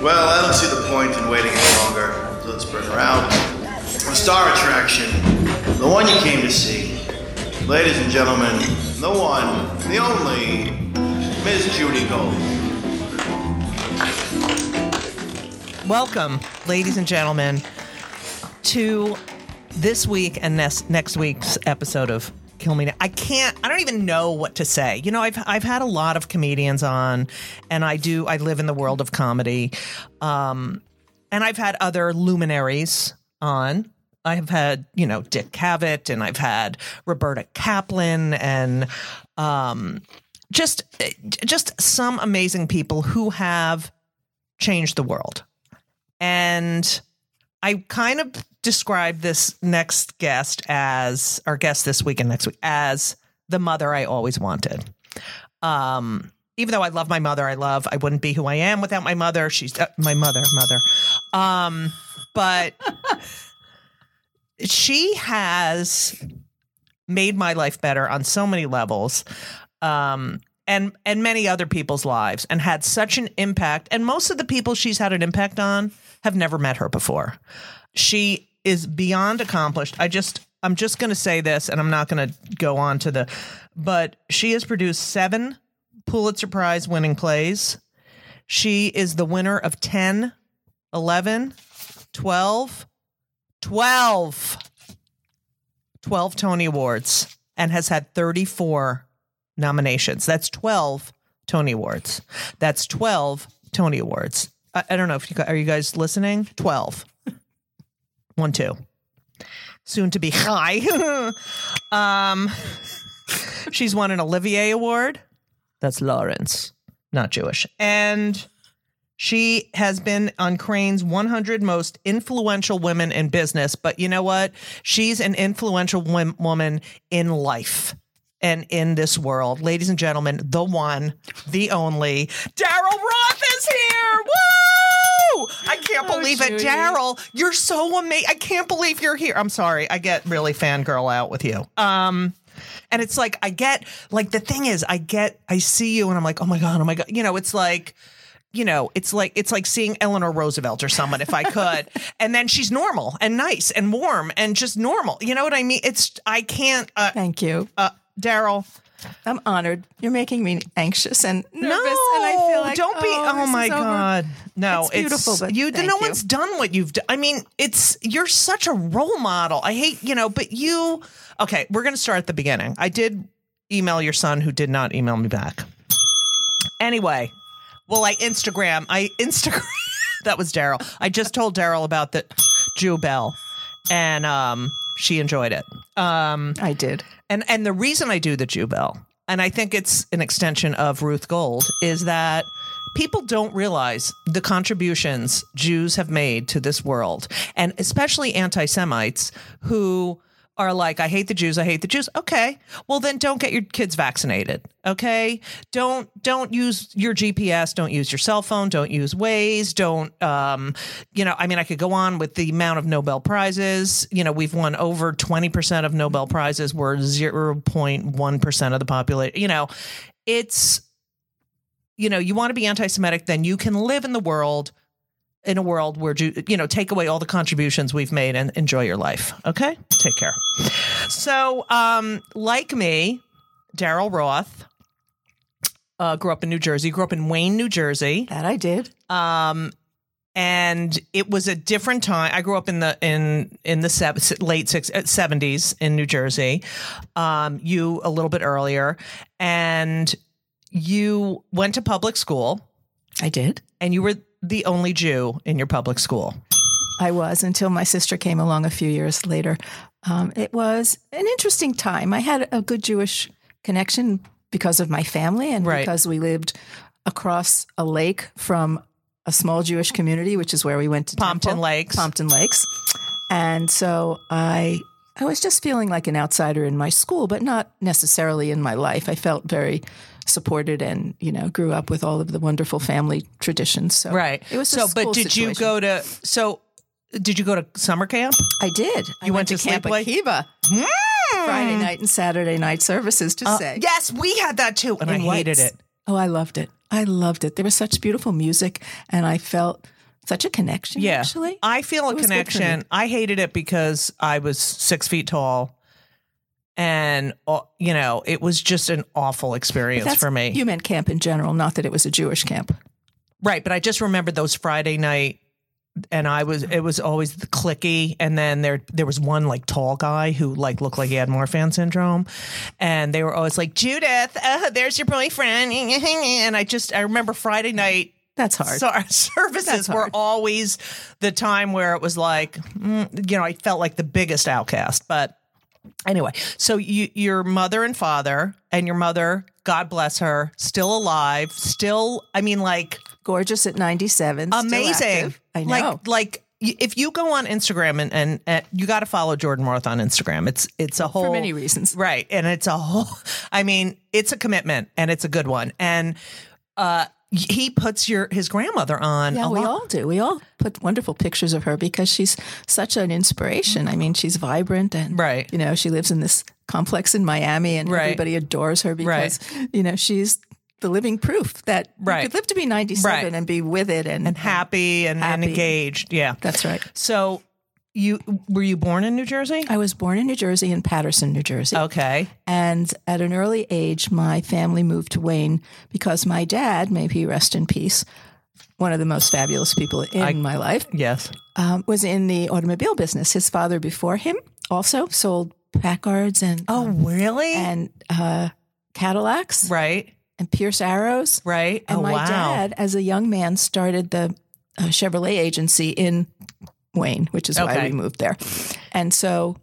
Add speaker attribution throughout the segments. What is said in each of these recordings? Speaker 1: Well, I don't see the point in waiting any longer. So let's bring her out. The star attraction, the one you came to see. Ladies and gentlemen, the one, the only, Miss Judy Gold.
Speaker 2: Welcome, ladies and gentlemen, to this week and next next week's episode of Kill Me. Now. I can't. I don't even know what to say. You know, I've I've had a lot of comedians on, and I do. I live in the world of comedy, um, and I've had other luminaries on. I have had you know Dick Cavett, and I've had Roberta Kaplan, and um, just eh, just some amazing people who have changed the world. And I kind of describe this next guest as our guest this week and next week as the mother I always wanted. Um, even though I love my mother, I love I wouldn't be who I am without my mother. She's uh, my mother, mother. Um, but she has made my life better on so many levels. Um, and and many other people's lives and had such an impact and most of the people she's had an impact on have never met her before she is beyond accomplished i just i'm just going to say this and i'm not going to go on to the but she has produced 7 pulitzer prize winning plays she is the winner of 10 11 12 12 12 tony awards and has had 34 nominations. That's 12 Tony Awards. That's 12 Tony Awards. I, I don't know if you gu- are you guys listening? 12. One, two. Soon to be high. um, she's won an Olivier Award. That's Lawrence, not Jewish. And she has been on Crane's 100 most influential women in business. But you know what? She's an influential wom- woman in life and in this world. Ladies and gentlemen, the one, the only, Daryl Roth is here. Woo! I can't
Speaker 3: Oh,
Speaker 2: believe it.
Speaker 3: Judy.
Speaker 2: Daryl, you're so amazing. I can't believe you're here. I'm sorry. I get really fangirl out with you. Um, and it's like, I get, like, the thing is, I get, I see you and I'm like, oh my God, oh my God. You know, it's like, you know, it's like it's like seeing Eleanor Roosevelt or someone if I could. and then she's normal and nice and warm and just normal. You know what I mean? It's I can't uh,
Speaker 3: Thank you.
Speaker 2: uh Daryl.
Speaker 3: I'm honored. You're making me anxious and nervous,
Speaker 2: No,
Speaker 3: and I feel like
Speaker 2: don't be. Oh,
Speaker 3: this
Speaker 2: my
Speaker 3: is over."
Speaker 2: God, no,
Speaker 3: It's beautiful, but
Speaker 2: you.
Speaker 3: thank
Speaker 2: no
Speaker 3: you.
Speaker 2: one's done what you've done. I mean, it's you're such a role model. I hate you know, but you. Okay, we're gonna start at the beginning. I did email your son, who did not email me back. Anyway, well, I Instagram. I Instagram. that was Daryl. I just told Daryl about the Jew Bell, and um, she enjoyed it. Um,
Speaker 3: I did.
Speaker 2: and and the reason I do the Jew Bell, and I think it's an extension of Ruth Gold, is that people don't realize the contributions Jews have made to this world, and especially anti Semites who are like, I hate the Jews, I hate the Jews. Okay. Well then don't get your kids vaccinated. Okay. Don't don't use your GPS, don't use your cell phone, don't use Waze, don't um, you know, I mean I could go on with the amount of Nobel Prizes. You know, we've won over twenty percent of Nobel Prizes, we're zero point one percent of the population. You know, it's you know, you want to be anti-Semitic, then you can live in the world, in a world where Jew, you know, take away all the contributions we've made and enjoy your life. Okay, take care. So, um, like me, Daryl Roth uh, grew up in New Jersey. Grew up in Wayne, New Jersey,
Speaker 3: That I did.
Speaker 2: um, and it was a different time. I grew up in the in in the sev- late six uh, seventies in New Jersey. Um, you a little bit earlier, and you went to public school
Speaker 3: I did.
Speaker 2: and you were the only Jew in your public school.
Speaker 3: I was until my sister came along a few years later. Um, it was an interesting time. I had a good Jewish connection because of my family and
Speaker 2: Right.
Speaker 3: because we lived across a lake from a small Jewish community, which is where we went to
Speaker 2: Pompton
Speaker 3: temple,
Speaker 2: Lakes.
Speaker 3: Pompton Lakes, and so I I was just feeling like an outsider in my school, but not necessarily in my life. I felt very supported and you know grew up with all of the wonderful family traditions. So
Speaker 2: Right.
Speaker 3: it was a
Speaker 2: so.
Speaker 3: school
Speaker 2: But did you
Speaker 3: situation.
Speaker 2: go to so? Did you go to summer camp?
Speaker 3: I did. You I
Speaker 2: went to
Speaker 3: Camp
Speaker 2: Sleepaway?
Speaker 3: Akiva.
Speaker 2: Hmm.
Speaker 3: Friday night and Saturday night services to say.
Speaker 2: Yes, we had that too, and I
Speaker 3: in
Speaker 2: hated
Speaker 3: whites.
Speaker 2: it.
Speaker 3: Uh, Oh, I loved it. I loved it. There was such beautiful music, and I felt such a connection.
Speaker 2: Yeah,
Speaker 3: actually,
Speaker 2: I feel a
Speaker 3: It was good for me.
Speaker 2: connection. I hated it because I was six feet tall, and uh, you know, it was just an awful experience
Speaker 3: That's-
Speaker 2: for me.
Speaker 3: You meant camp in general, not that it was a Jewish camp.
Speaker 2: Right, but I just remembered those Friday night, and I was it was always the clicky, and then there there was one like tall guy who like looked like he had Morfan syndrome, and they were always like Judith, uh, there's your boyfriend, and I just I remember Friday night.
Speaker 3: That's hard.
Speaker 2: sor- services were
Speaker 3: hard.
Speaker 2: always the time where it was like, mm, you know, I felt like the biggest outcast. But anyway, so you, your mother and father, and your mother, God bless her, still alive, still, I mean, like,
Speaker 3: Gorgeous at ninety-seven. still
Speaker 2: amazing.
Speaker 3: active. I know.
Speaker 2: Like, like y- if you go on Instagram and and, and you got to follow Jordan Roth on Instagram. It's it's a whole
Speaker 3: for many reasons.
Speaker 2: right, and it's a whole. I mean, it's a commitment and it's a good one. And uh, y- he puts your his grandmother on.
Speaker 3: Yeah,
Speaker 2: a
Speaker 3: we
Speaker 2: lot.
Speaker 3: all do. We all put wonderful pictures of her because she's such an inspiration. I mean, she's vibrant and
Speaker 2: Right.
Speaker 3: You know, she lives in this complex in Miami, and
Speaker 2: Right.
Speaker 3: everybody adores her because you know she's the living proof that
Speaker 2: Right.
Speaker 3: you could live to be ninety-seven
Speaker 2: Right.
Speaker 3: and be with it and,
Speaker 2: and happy and, and
Speaker 3: Happy.
Speaker 2: engaged. Yeah.
Speaker 3: That's right.
Speaker 2: So you were you born in New Jersey?
Speaker 3: I was born in New Jersey in Patterson, New Jersey.
Speaker 2: Oh. Okay.
Speaker 3: And at an early age, my family moved to Wayne because my dad, may he rest in peace, one of the most fabulous people in my life,
Speaker 2: Yes.
Speaker 3: um, was in the automobile business. His father before him also sold Packards and
Speaker 2: Oh, really?
Speaker 3: and uh, Cadillacs
Speaker 2: right.
Speaker 3: and Pierce Arrows.
Speaker 2: Right.
Speaker 3: And
Speaker 2: oh,
Speaker 3: my
Speaker 2: wow.
Speaker 3: dad, as a young man, started the uh, Chevrolet agency in Wayne, which is why
Speaker 2: Okay.
Speaker 3: we moved there. And so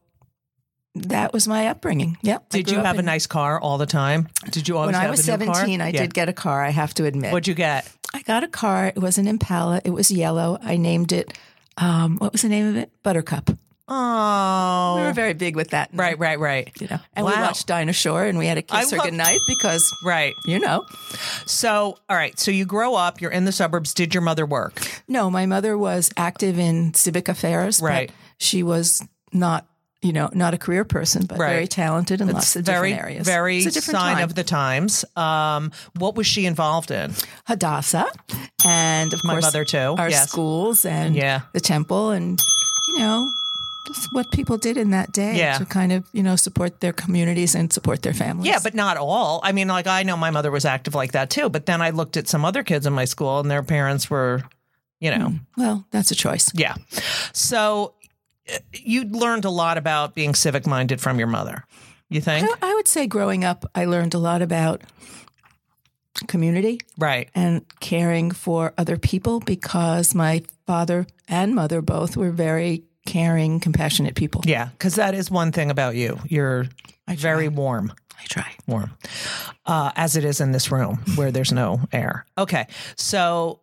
Speaker 3: that was my upbringing. Yep. I
Speaker 2: Did
Speaker 3: grew
Speaker 2: you
Speaker 3: up
Speaker 2: have a
Speaker 3: in-
Speaker 2: nice car all the time? Did you always
Speaker 3: When
Speaker 2: have
Speaker 3: I was
Speaker 2: a new car?
Speaker 3: 17, I
Speaker 2: Yeah.
Speaker 3: did get a car, I have to admit.
Speaker 2: What'd you get?
Speaker 3: I got a car. It was an Impala. It was yellow. I named it, um, what was the name of it? Buttercup.
Speaker 2: Oh.
Speaker 3: We were very big with that.
Speaker 2: right, right, right.
Speaker 3: You know, and we
Speaker 2: Wow.
Speaker 3: watched Dinosaur and we had a
Speaker 2: I
Speaker 3: kiss or
Speaker 2: love-
Speaker 3: goodnight because,
Speaker 2: Right.
Speaker 3: you know.
Speaker 2: So, all right. So you grow up, you're in the suburbs. Did your mother work?
Speaker 3: No, my mother was active in civic affairs. but
Speaker 2: Right.
Speaker 3: she was not, you know, not a career person, but
Speaker 2: Right.
Speaker 3: very talented in lots of
Speaker 2: very,
Speaker 3: different areas.
Speaker 2: very
Speaker 3: It's a different
Speaker 2: sign
Speaker 3: time.
Speaker 2: of the times. Um, what was she involved in?
Speaker 3: Hadassah, and of
Speaker 2: My
Speaker 3: course
Speaker 2: mother too.
Speaker 3: our
Speaker 2: yes.
Speaker 3: schools and
Speaker 2: Yeah.
Speaker 3: the temple, and you know, just what people did in that day
Speaker 2: Yeah.
Speaker 3: to kind of you know support their communities and support their families.
Speaker 2: Yeah, but not all. I mean, like I know my mother was active like that too, but then I looked at some other kids in my school and their parents were, you know,
Speaker 3: Hmm. well, that's a choice.
Speaker 2: yeah. So uh, you learned a lot about being civic minded from your mother. You think?
Speaker 3: I, I would say growing up, I learned a lot about community
Speaker 2: right.
Speaker 3: and caring for other people because my father and mother both were very caring, compassionate people.
Speaker 2: Yeah, cuz that is one thing about you. You're very warm.
Speaker 3: I try.
Speaker 2: warm, uh, as it is in this room where there's no air. Okay, so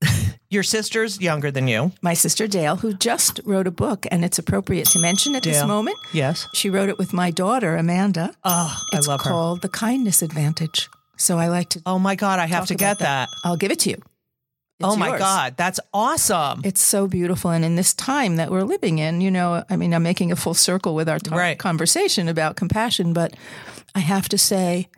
Speaker 2: your sister's younger than you.
Speaker 3: My sister Dale, who just wrote a book, and it's appropriate to mention at this
Speaker 2: Dale.
Speaker 3: moment.
Speaker 2: Yes.
Speaker 3: She wrote it with my daughter, Amanda.
Speaker 2: Oh,
Speaker 3: It's
Speaker 2: I love her.
Speaker 3: called The Kindness Advantage. So I like to,
Speaker 2: Oh my God, I have
Speaker 3: Talk
Speaker 2: to
Speaker 3: about
Speaker 2: get that.
Speaker 3: I'll give it to you. It's
Speaker 2: Oh my
Speaker 3: yours.
Speaker 2: God, that's awesome.
Speaker 3: It's so beautiful. And in this time that we're living in, you know, I mean, I'm making a full circle with our talk,
Speaker 2: Right.
Speaker 3: conversation about compassion, but I have to say,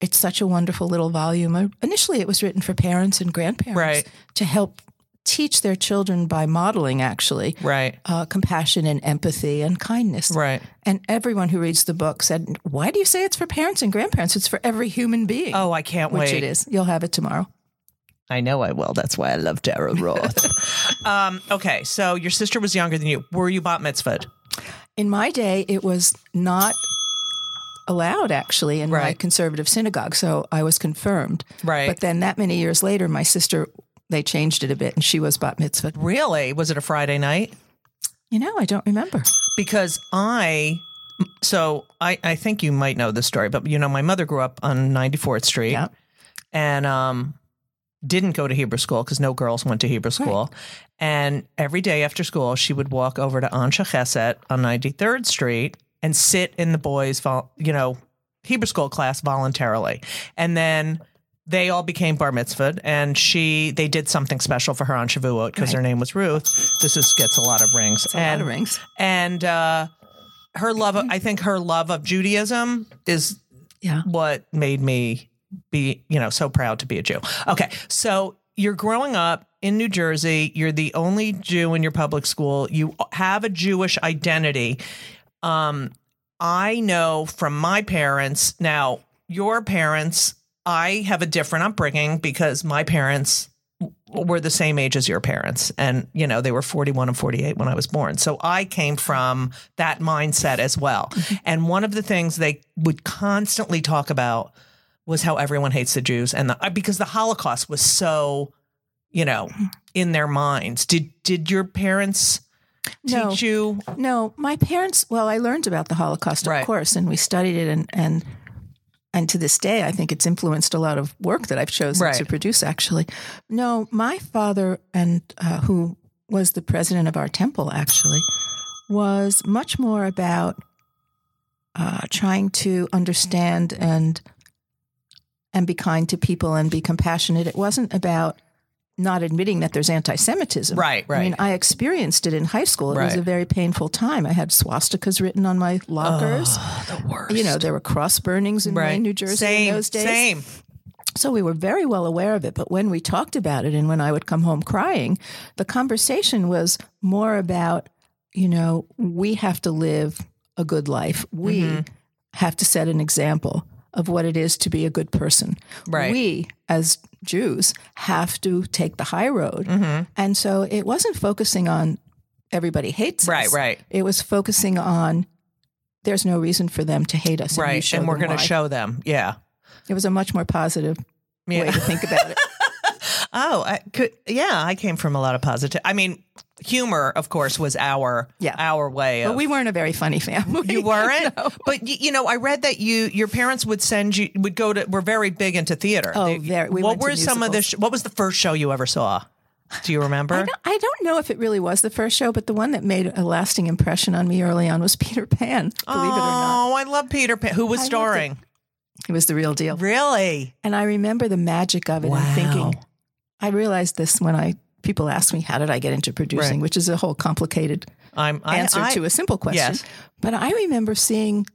Speaker 3: it's such a wonderful little volume. I, initially, it was written for parents and grandparents
Speaker 2: Right.
Speaker 3: to help teach their children by modeling, actually,
Speaker 2: right,
Speaker 3: uh, compassion and empathy and kindness.
Speaker 2: right.
Speaker 3: And everyone who reads the book said, Why do you say it's for parents and grandparents? It's for every human being.
Speaker 2: Oh, I can't
Speaker 3: which
Speaker 2: wait.
Speaker 3: it is. You'll have it tomorrow.
Speaker 2: I know I will. That's why I love Dara Roth. um, okay, so your sister was younger than you. Were you bat mitzvahed?
Speaker 3: In my day, it was not allowed actually in my
Speaker 2: Right.
Speaker 3: conservative synagogue. So I was confirmed.
Speaker 2: Right.
Speaker 3: But then that many years later, my sister, they changed it a bit and she was bat mitzvah.
Speaker 2: Really? Was it a Friday night?
Speaker 3: You know, I don't remember.
Speaker 2: because I so I, I think you might know this story, but you know, my mother grew up on 94th Street
Speaker 3: Yeah.
Speaker 2: and um didn't go to Hebrew school because no girls went to Hebrew school. And every day after school, she would walk over to Ansha Chesed on 93rd Street and sit in the boys' vol- you know Hebrew school class voluntarily. And then they all became bar mitzvahed, and she they did something special for her on Shavuot because her name was Ruth. This is gets a lot of rings.
Speaker 3: A lot of rings.
Speaker 2: And uh, her love of, I think her love of Judaism is
Speaker 3: Yeah.
Speaker 2: what made me be, you know, so proud to be a Jew. Okay. So you're growing up in New Jersey. You're the only Jew in your public school. You have a Jewish identity. Um, I know from my parents, now, your parents, I have a different upbringing because my parents were the same age as your parents and you know they were 41 and 48 when i was born so i came from that mindset as well
Speaker 3: Mm-hmm.
Speaker 2: and one of the things they would constantly talk about was how everyone hates the jews and the, uh, because the holocaust was so you know
Speaker 3: Mm-hmm.
Speaker 2: in their minds did did your parents
Speaker 3: No.
Speaker 2: teach you
Speaker 3: No, my parents. Well, I learned about the Holocaust, of
Speaker 2: Right.
Speaker 3: course, and we studied it, and and and to this day, I think it's influenced a lot of work that I've chosen
Speaker 2: Right.
Speaker 3: to produce. Actually, no, my father, and uh, who was the president of our temple, actually, was much more about uh, trying to understand and and be kind to people and be compassionate. It wasn't about not admitting that there's anti-Semitism.
Speaker 2: Right,
Speaker 3: I mean,
Speaker 2: right.
Speaker 3: I experienced it in high school. It was
Speaker 2: Right.
Speaker 3: a very painful time. I had swastikas written on my lockers.
Speaker 2: the worst
Speaker 3: you know, there were cross burnings Oh, in Maine, New Jersey
Speaker 2: Oh, same,
Speaker 3: in those days.
Speaker 2: same
Speaker 3: So we were very well aware of it. But when we talked about it and when I would come home crying, the conversation was more about, you know, we have to live a good life. We
Speaker 2: Mm-hmm.
Speaker 3: have to set an example of what it is to be a good person.
Speaker 2: Right.
Speaker 3: We, as Jews, have to take the high road.
Speaker 2: Mm-hmm.
Speaker 3: And so it wasn't focusing on everybody hates
Speaker 2: Right,
Speaker 3: us.
Speaker 2: right.
Speaker 3: It was focusing on there's no reason for them to hate us. And, you
Speaker 2: right
Speaker 3: show
Speaker 2: and we're
Speaker 3: them
Speaker 2: going to
Speaker 3: why.
Speaker 2: show them yeah
Speaker 3: It was a much more positive way
Speaker 2: Yeah.
Speaker 3: to think about it.
Speaker 2: Oh, I could yeah, I came from a lot of positive. I mean, humor, of course, was our
Speaker 3: Yeah.
Speaker 2: our way
Speaker 3: But
Speaker 2: of.
Speaker 3: we weren't a very funny family.
Speaker 2: you weren't, but y- you know, I read that you your parents would send you would go to. We're very big into theater.
Speaker 3: Oh,
Speaker 2: They-
Speaker 3: very. We
Speaker 2: what
Speaker 3: went to
Speaker 2: were some of the?
Speaker 3: musicals.
Speaker 2: Sh- what was the first show you ever saw? Do you remember?
Speaker 3: I don't, I don't know if it really was the first show, but the one that made a lasting impression on me early on was Peter Pan. Believe it or not,
Speaker 2: Oh, I love Peter Pan. Who was
Speaker 3: I loved it.
Speaker 2: starring?
Speaker 3: it was the real deal.
Speaker 2: Really?
Speaker 3: And I remember the magic of it and thinking,
Speaker 2: Wow.
Speaker 3: I realized this when I people ask me, how did I get into producing,
Speaker 2: Right.
Speaker 3: which is a whole complicated
Speaker 2: I'm I,
Speaker 3: answer
Speaker 2: I-
Speaker 3: to a simple question.
Speaker 2: Yes.
Speaker 3: But I remember seeing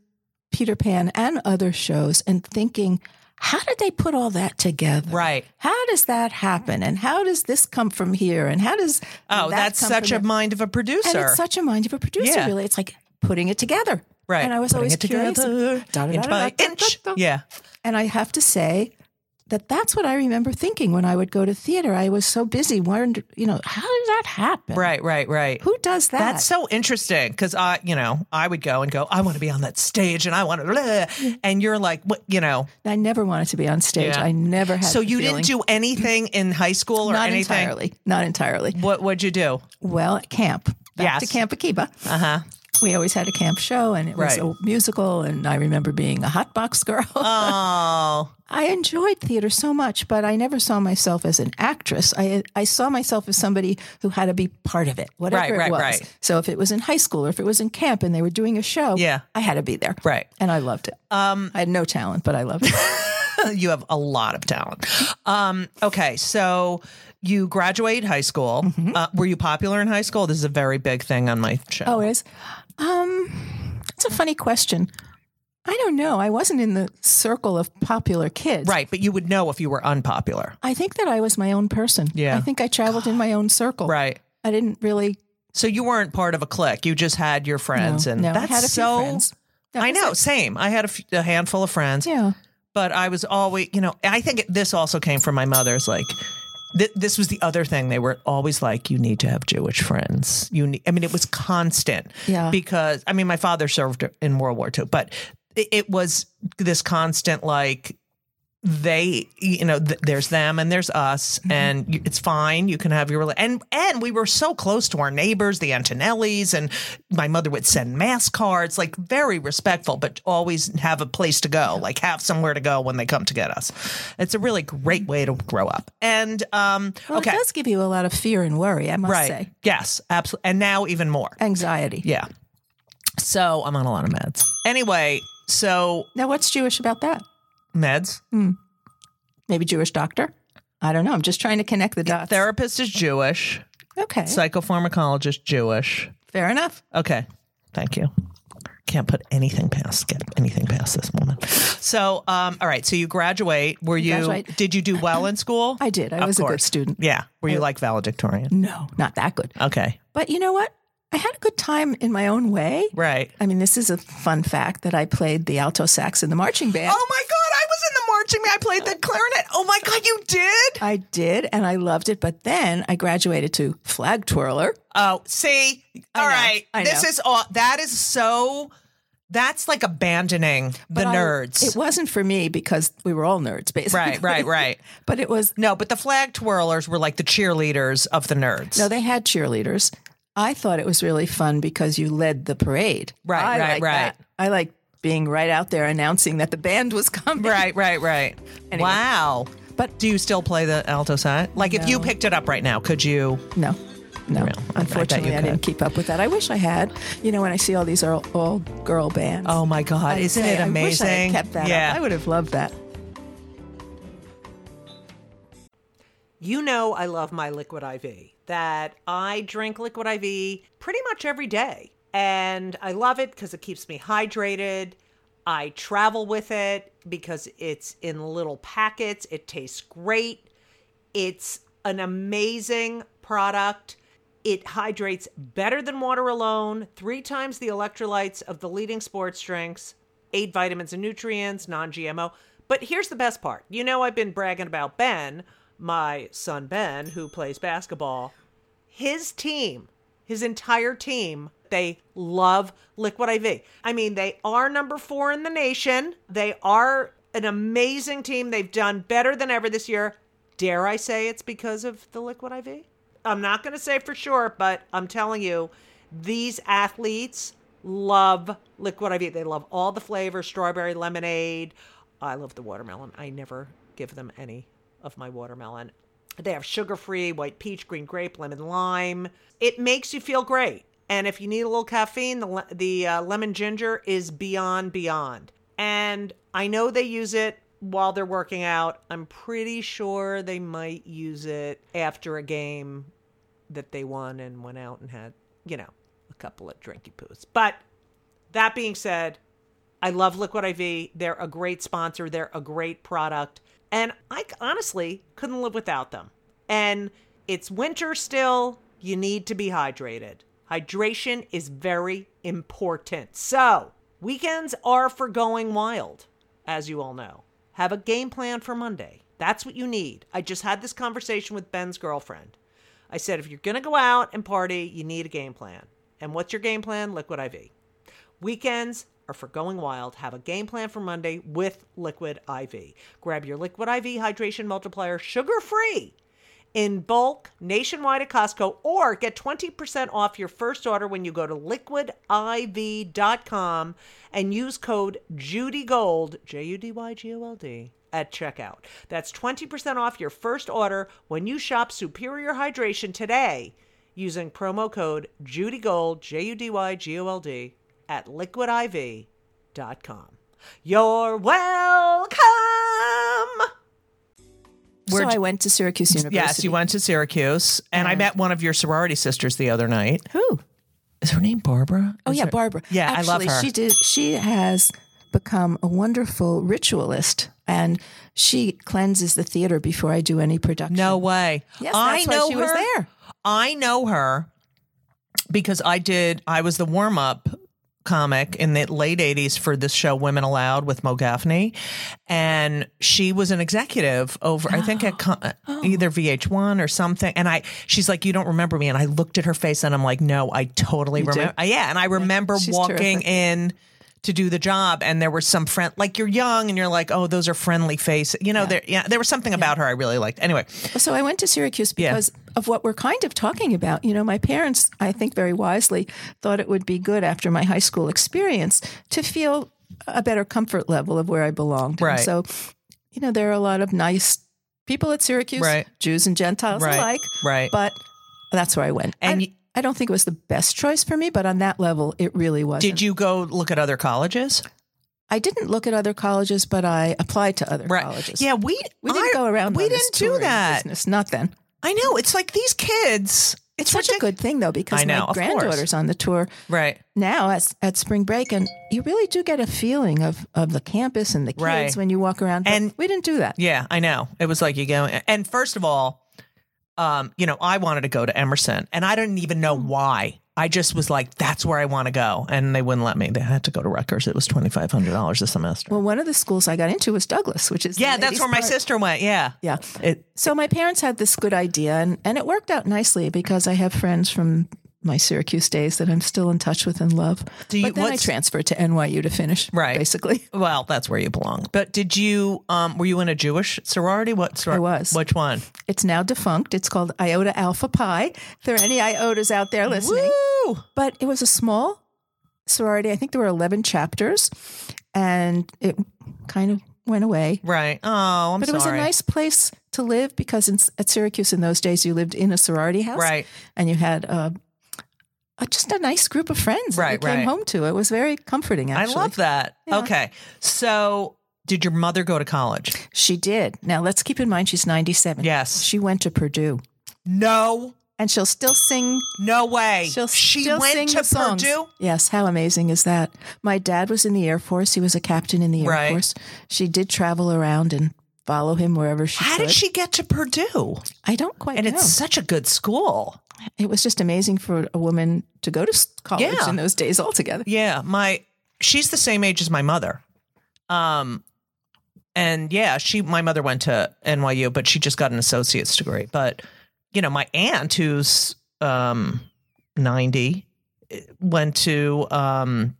Speaker 3: Peter Pan and other shows and thinking, how did they put all that together?
Speaker 2: Right.
Speaker 3: How does that happen? And how does this come from here? And how does
Speaker 2: Oh,
Speaker 3: that
Speaker 2: that's
Speaker 3: come
Speaker 2: such
Speaker 3: from
Speaker 2: a mind of a
Speaker 3: And
Speaker 2: producer.
Speaker 3: it's such a mind of a producer,
Speaker 2: Yeah.
Speaker 3: really. It's like putting it together.
Speaker 2: right.
Speaker 3: And I was
Speaker 2: Putting
Speaker 3: always
Speaker 2: it
Speaker 3: curious.
Speaker 2: together,
Speaker 3: Da- da-
Speaker 2: inch
Speaker 3: da-
Speaker 2: by
Speaker 3: da- da-
Speaker 2: inch.
Speaker 3: da- da.
Speaker 2: Yeah.
Speaker 3: And I have to say that that's what I remember thinking when I would go to theater. I was so busy wondering, you know, how did that happen?
Speaker 2: Right. Right. Right.
Speaker 3: Who does that?
Speaker 2: That's so interesting because I, you know, I would go and go, I want to be on that stage and I want to, blah. and you're like, what, you know,
Speaker 3: I never wanted to be on stage.
Speaker 2: Yeah.
Speaker 3: I never had.
Speaker 2: so
Speaker 3: the
Speaker 2: you
Speaker 3: feeling.
Speaker 2: didn't do anything in high school or
Speaker 3: not
Speaker 2: anything.
Speaker 3: entirely. Not entirely.
Speaker 2: What would you do?
Speaker 3: Well, at camp.
Speaker 2: Yes.
Speaker 3: Back to Camp Akiba.
Speaker 2: Uh huh.
Speaker 3: We always had a camp show and it was
Speaker 2: Right.
Speaker 3: a musical and I remember being a hot box girl.
Speaker 2: Oh,
Speaker 3: I enjoyed theater so much, but I never saw myself as an actress. I I saw myself as somebody who had to be part of it, whatever
Speaker 2: Right,
Speaker 3: it
Speaker 2: right,
Speaker 3: was.
Speaker 2: right.
Speaker 3: So if it was in high school or if it was in camp and they were doing a show,
Speaker 2: Yeah.
Speaker 3: I had to be there.
Speaker 2: right.
Speaker 3: And I loved it. Um, I had no talent, but I loved it.
Speaker 2: you have a lot of talent. Um, okay. So you graduate high school.
Speaker 3: Mm-hmm.
Speaker 2: Uh, were you popular in high school? This is a very big thing on my show.
Speaker 3: Oh, it is. Um, it's a funny question. I don't know. I wasn't in the circle of popular kids.
Speaker 2: Right. But you would know if you were unpopular.
Speaker 3: I think that I was my own person.
Speaker 2: Yeah.
Speaker 3: I think I traveled in my own circle.
Speaker 2: Right.
Speaker 3: I didn't really.
Speaker 2: So you weren't part of a clique. You just had your friends,
Speaker 3: no,
Speaker 2: and
Speaker 3: no, I
Speaker 2: that's
Speaker 3: had a few
Speaker 2: so.
Speaker 3: friends. That
Speaker 2: I
Speaker 3: was
Speaker 2: know.
Speaker 3: it.
Speaker 2: Same. I had a, f- a handful of friends,
Speaker 3: Yeah.
Speaker 2: but I was always, you know, I think it, this also came from my mother's like. Th- this was the other thing they were always like you need to have jewish friends you need i mean it was constant
Speaker 3: Yeah.
Speaker 2: because i mean my father served in world war ii but it, it was this constant like they you know th- there's them and there's us
Speaker 3: Mm-hmm.
Speaker 2: and you, it's fine you can have your rela- and and we were so close to our neighbors the antonellis and my mother would send mass cards like very respectful but always have a place to go like have somewhere to go when they come to get us it's a really great way to grow up and um
Speaker 3: Well,
Speaker 2: okay
Speaker 3: it does give you a lot of fear and worry, I must
Speaker 2: right
Speaker 3: say.
Speaker 2: yes absolutely and now even more
Speaker 3: Anxiety.
Speaker 2: yeah so i'm on a lot of meds anyway so
Speaker 3: Now, what's Jewish about that?
Speaker 2: meds
Speaker 3: Mm. Maybe Jewish doctor? I don't know. I'm just trying to connect the dots.
Speaker 2: therapist is jewish
Speaker 3: okay.
Speaker 2: psychopharmacologist jewish
Speaker 3: Fair enough.
Speaker 2: Okay. Thank you.
Speaker 4: Can't put anything past get anything past this moment. So, um, all right. So you graduate. Were you?
Speaker 3: Graduate.
Speaker 4: Did you do well in school?
Speaker 3: I did. I
Speaker 4: Of
Speaker 3: was a good
Speaker 4: course.
Speaker 3: student.
Speaker 4: Yeah. Were you like valedictorian?
Speaker 3: No, not that good.
Speaker 4: Okay.
Speaker 3: But you know what? I had a good time in my own way.
Speaker 4: Right.
Speaker 3: I mean, this is a fun fact that I played the alto sax in the marching band.
Speaker 4: Oh my God! I was in the marching band. I played the clarinet. Oh my God! You did?
Speaker 3: I did, and I loved it. But then I graduated to flag twirler.
Speaker 4: Oh, see.
Speaker 3: I
Speaker 4: all
Speaker 3: know,
Speaker 4: right.
Speaker 3: I
Speaker 4: This
Speaker 3: know.
Speaker 4: is all. That is so. That's like abandoning the
Speaker 3: But I-
Speaker 4: nerds.
Speaker 3: it wasn't for me because we were all nerds, basically.
Speaker 4: right. Right. Right.
Speaker 3: But it was
Speaker 4: No, but the flag twirlers were like the cheerleaders of the nerds.
Speaker 3: no. They had cheerleaders. I thought it was really fun because you led the parade.
Speaker 4: Right,
Speaker 3: I
Speaker 4: right,
Speaker 3: like
Speaker 4: right.
Speaker 3: that. I like being right out there announcing that the band was coming.
Speaker 4: right, right, right.
Speaker 3: Anyway.
Speaker 4: Wow.
Speaker 3: But-
Speaker 4: do you still play the alto sax? Like, if you
Speaker 3: No.
Speaker 4: picked it up right now, could you?
Speaker 3: No. No,
Speaker 4: Really? I- I bet
Speaker 3: unfortunately,
Speaker 4: you
Speaker 3: I,
Speaker 4: could.
Speaker 3: didn't keep up with that. I wish I had. You know, when I see all these all, all girl bands,
Speaker 4: Oh my God!
Speaker 3: I'd
Speaker 4: Isn't
Speaker 3: say,
Speaker 4: it
Speaker 3: I wish I
Speaker 4: amazing?
Speaker 3: had kept that
Speaker 4: yeah.
Speaker 3: up. I would have loved that.
Speaker 2: You know, I love my liquid IV, that I drink liquid IV pretty much every day. And I love it because it keeps me hydrated. I travel with it because it's in little packets. It tastes great. It's an amazing product. It hydrates better than water alone, three times the electrolytes of the leading sports drinks, eight vitamins and nutrients, non GMO. But here's the best part you know, I've been bragging about Ben, my son Ben, who plays basketball. His team, his entire team, they love Liquid IV. I mean, they are number four in the nation. They are an amazing team. They've done better than ever this year. Dare I say it's because of the Liquid IV? I'm not going to say for sure, but I'm telling you, these athletes love Liquid IV. They love all the flavors strawberry, lemonade. I love the watermelon. I never give them any of my watermelon. They have sugar free, white peach, green grape, lemon lime. It makes you feel great. And if you need a little caffeine, the, le- the uh, lemon ginger is beyond, beyond. And I know they use it while they're working out. I'm pretty sure they might use it after a game that they won and went out and had, you know, a couple of drinky poos. But that being said, I love Liquid IV. They're a great sponsor. They're a great product. And I c- honestly couldn't live without them. And it's winter still. You need to be hydrated. Hydration is very important. So, weekends are for going wild, as you all know. Have a game plan for Monday. That's what you need. I just had this conversation with Ben's girlfriend. I said, if you're going to go out and party, you need a game plan. And what's your game plan? Liquid IV. Weekends are for going wild. Have a game plan for Monday with Liquid IV. Grab your Liquid IV hydration multiplier sugar free in bulk nationwide at Costco or get 20% off your first order when you go to liquidiv.com and use code JUDYGOLD, J U D Y G O L D, at checkout. That's 20% off your first order when you shop Superior Hydration today using promo code JUDYGOLD, J U D Y G O L D, at liquidiv.com. You're welcome!
Speaker 4: Where'd
Speaker 3: so
Speaker 4: you-
Speaker 3: I went to Syracuse University.
Speaker 4: Yes, you went to Syracuse, and I met one of your sorority sisters the other night.
Speaker 3: Who?
Speaker 4: Is her name Barbara?
Speaker 3: Oh
Speaker 4: Is
Speaker 3: yeah,
Speaker 4: her-
Speaker 3: Barbara.
Speaker 4: Yeah, I love
Speaker 3: Actually,
Speaker 4: her.
Speaker 3: She did. She has become a wonderful ritualist, and she cleanses the theater before I do any production.
Speaker 4: No way.
Speaker 3: Mm. Yes,
Speaker 4: I
Speaker 3: that's why
Speaker 4: know
Speaker 3: she
Speaker 4: her.
Speaker 3: was there.
Speaker 4: I know her because I did. I was the warm up comic in the late '80s for this show Women Allowed with Mo Gaffney, and she was an executive over. I think at co- uh, either VH1 or something. And I, she's like, "You don't remember me?" And I looked at her face, and I'm like, "No, I totally
Speaker 3: do?
Speaker 4: remember." Yeah, and I remember
Speaker 3: she's
Speaker 4: walking
Speaker 3: terrific.
Speaker 4: in. To do the job, and there were some friend like you're young, and you're like, oh, those are friendly faces, you know. There, yeah, there was something about her I really liked. Anyway,
Speaker 3: So I went to Syracuse
Speaker 4: Yeah.
Speaker 3: because of what we're kind of talking about. You know, my parents, I think very wisely, thought it would be good after my high school experience to feel a better comfort level of where I belonged. And
Speaker 4: Right.
Speaker 3: so, you know, there are a lot of nice people at Syracuse,
Speaker 4: Right.
Speaker 3: Jews and Gentiles
Speaker 4: Right.
Speaker 3: alike.
Speaker 4: Right.
Speaker 3: But that's where I went.
Speaker 4: And
Speaker 3: I,
Speaker 4: y-
Speaker 3: I don't think it was the best choice for me, but on that level, it really was.
Speaker 4: did you go look at other colleges?
Speaker 3: I didn't look at other colleges, but I applied to other colleges.
Speaker 4: Yeah, we
Speaker 3: We didn't
Speaker 4: I-
Speaker 3: go around.
Speaker 4: We
Speaker 3: on this
Speaker 4: didn't do
Speaker 3: touring
Speaker 4: that.
Speaker 3: Business. Not then.
Speaker 4: I know. It's like these kids
Speaker 3: It's
Speaker 2: such
Speaker 3: such
Speaker 2: a-
Speaker 3: a good thing though because
Speaker 2: I know,
Speaker 3: my
Speaker 2: of course.
Speaker 3: granddaughter's on the tour
Speaker 2: Right.
Speaker 3: now at, at spring break, and you really do get a feeling of of the campus and the kids
Speaker 2: Right.
Speaker 3: when you walk around. But
Speaker 2: And-
Speaker 3: we didn't do that.
Speaker 2: Yeah, I know. It was like you go and first of all, um, you know, I wanted to go to Emerson and I didn't even know
Speaker 3: Hmm.
Speaker 2: why. I just was like, that's where I want to go. And they wouldn't let me. They had to go to Rutgers. It was twenty five hundred dollars a semester.
Speaker 3: Well, one of the schools I got into was Douglas, which is the
Speaker 2: yeah, that's
Speaker 3: ladies'
Speaker 2: where my
Speaker 3: part.
Speaker 2: sister went. Yeah.
Speaker 3: Yeah.
Speaker 2: It
Speaker 3: So my parents had this good idea, and, and it worked out nicely because I have friends from my Syracuse days that I'm still in touch with and love.
Speaker 2: Do you-
Speaker 3: but then I
Speaker 2: what's-
Speaker 3: transferred to NYU to finish,
Speaker 2: Right.
Speaker 3: Basically,
Speaker 2: well, that's where you belong. But did you um were you in a Jewish sorority? What sorority?
Speaker 3: was.
Speaker 2: Which one?
Speaker 3: it's now defunct. It's called Iota Alpha Pi. If there are any Iotas out there listening,
Speaker 2: Woo!
Speaker 3: but it was a small sorority. I think there were 11 chapters, and it kind of went away.
Speaker 2: Right. Oh, I'm
Speaker 3: But it
Speaker 2: sorry.
Speaker 3: was a nice place to live because in, at Syracuse in those days you lived in a sorority house,
Speaker 2: Right.
Speaker 3: And you had uh, a, just a nice group of friends that
Speaker 2: Right,
Speaker 3: you came
Speaker 2: right.
Speaker 3: home to. It was very comforting. Actually,
Speaker 2: I love that.
Speaker 3: Yeah.
Speaker 2: Okay. So did your mother go to college?
Speaker 3: She did. Now let's keep in mind she's 97.
Speaker 2: Yes.
Speaker 3: she went to Purdue,
Speaker 2: No.
Speaker 3: and she'll still sing.
Speaker 2: No way.
Speaker 3: She'll
Speaker 2: she
Speaker 3: still
Speaker 2: went
Speaker 3: sing
Speaker 2: to
Speaker 3: the songs.
Speaker 2: Purdue.
Speaker 3: Yes, how amazing is that? My dad was in the Air Force. He was a captain in the Air
Speaker 2: Right.
Speaker 3: Force. She did travel around and follow him wherever she
Speaker 2: How
Speaker 3: could.
Speaker 2: did she get to Purdue?
Speaker 3: I don't quite
Speaker 2: And
Speaker 3: know.
Speaker 2: it's such a good school.
Speaker 3: it was just amazing for a woman to go to s- college
Speaker 2: Yeah.
Speaker 3: in those days altogether.
Speaker 2: Yeah, my she's the same age as my mother. Um and yeah, she my mother went to NYU, but she just got an associate's degree. But you know, my aunt who's um 90 went to um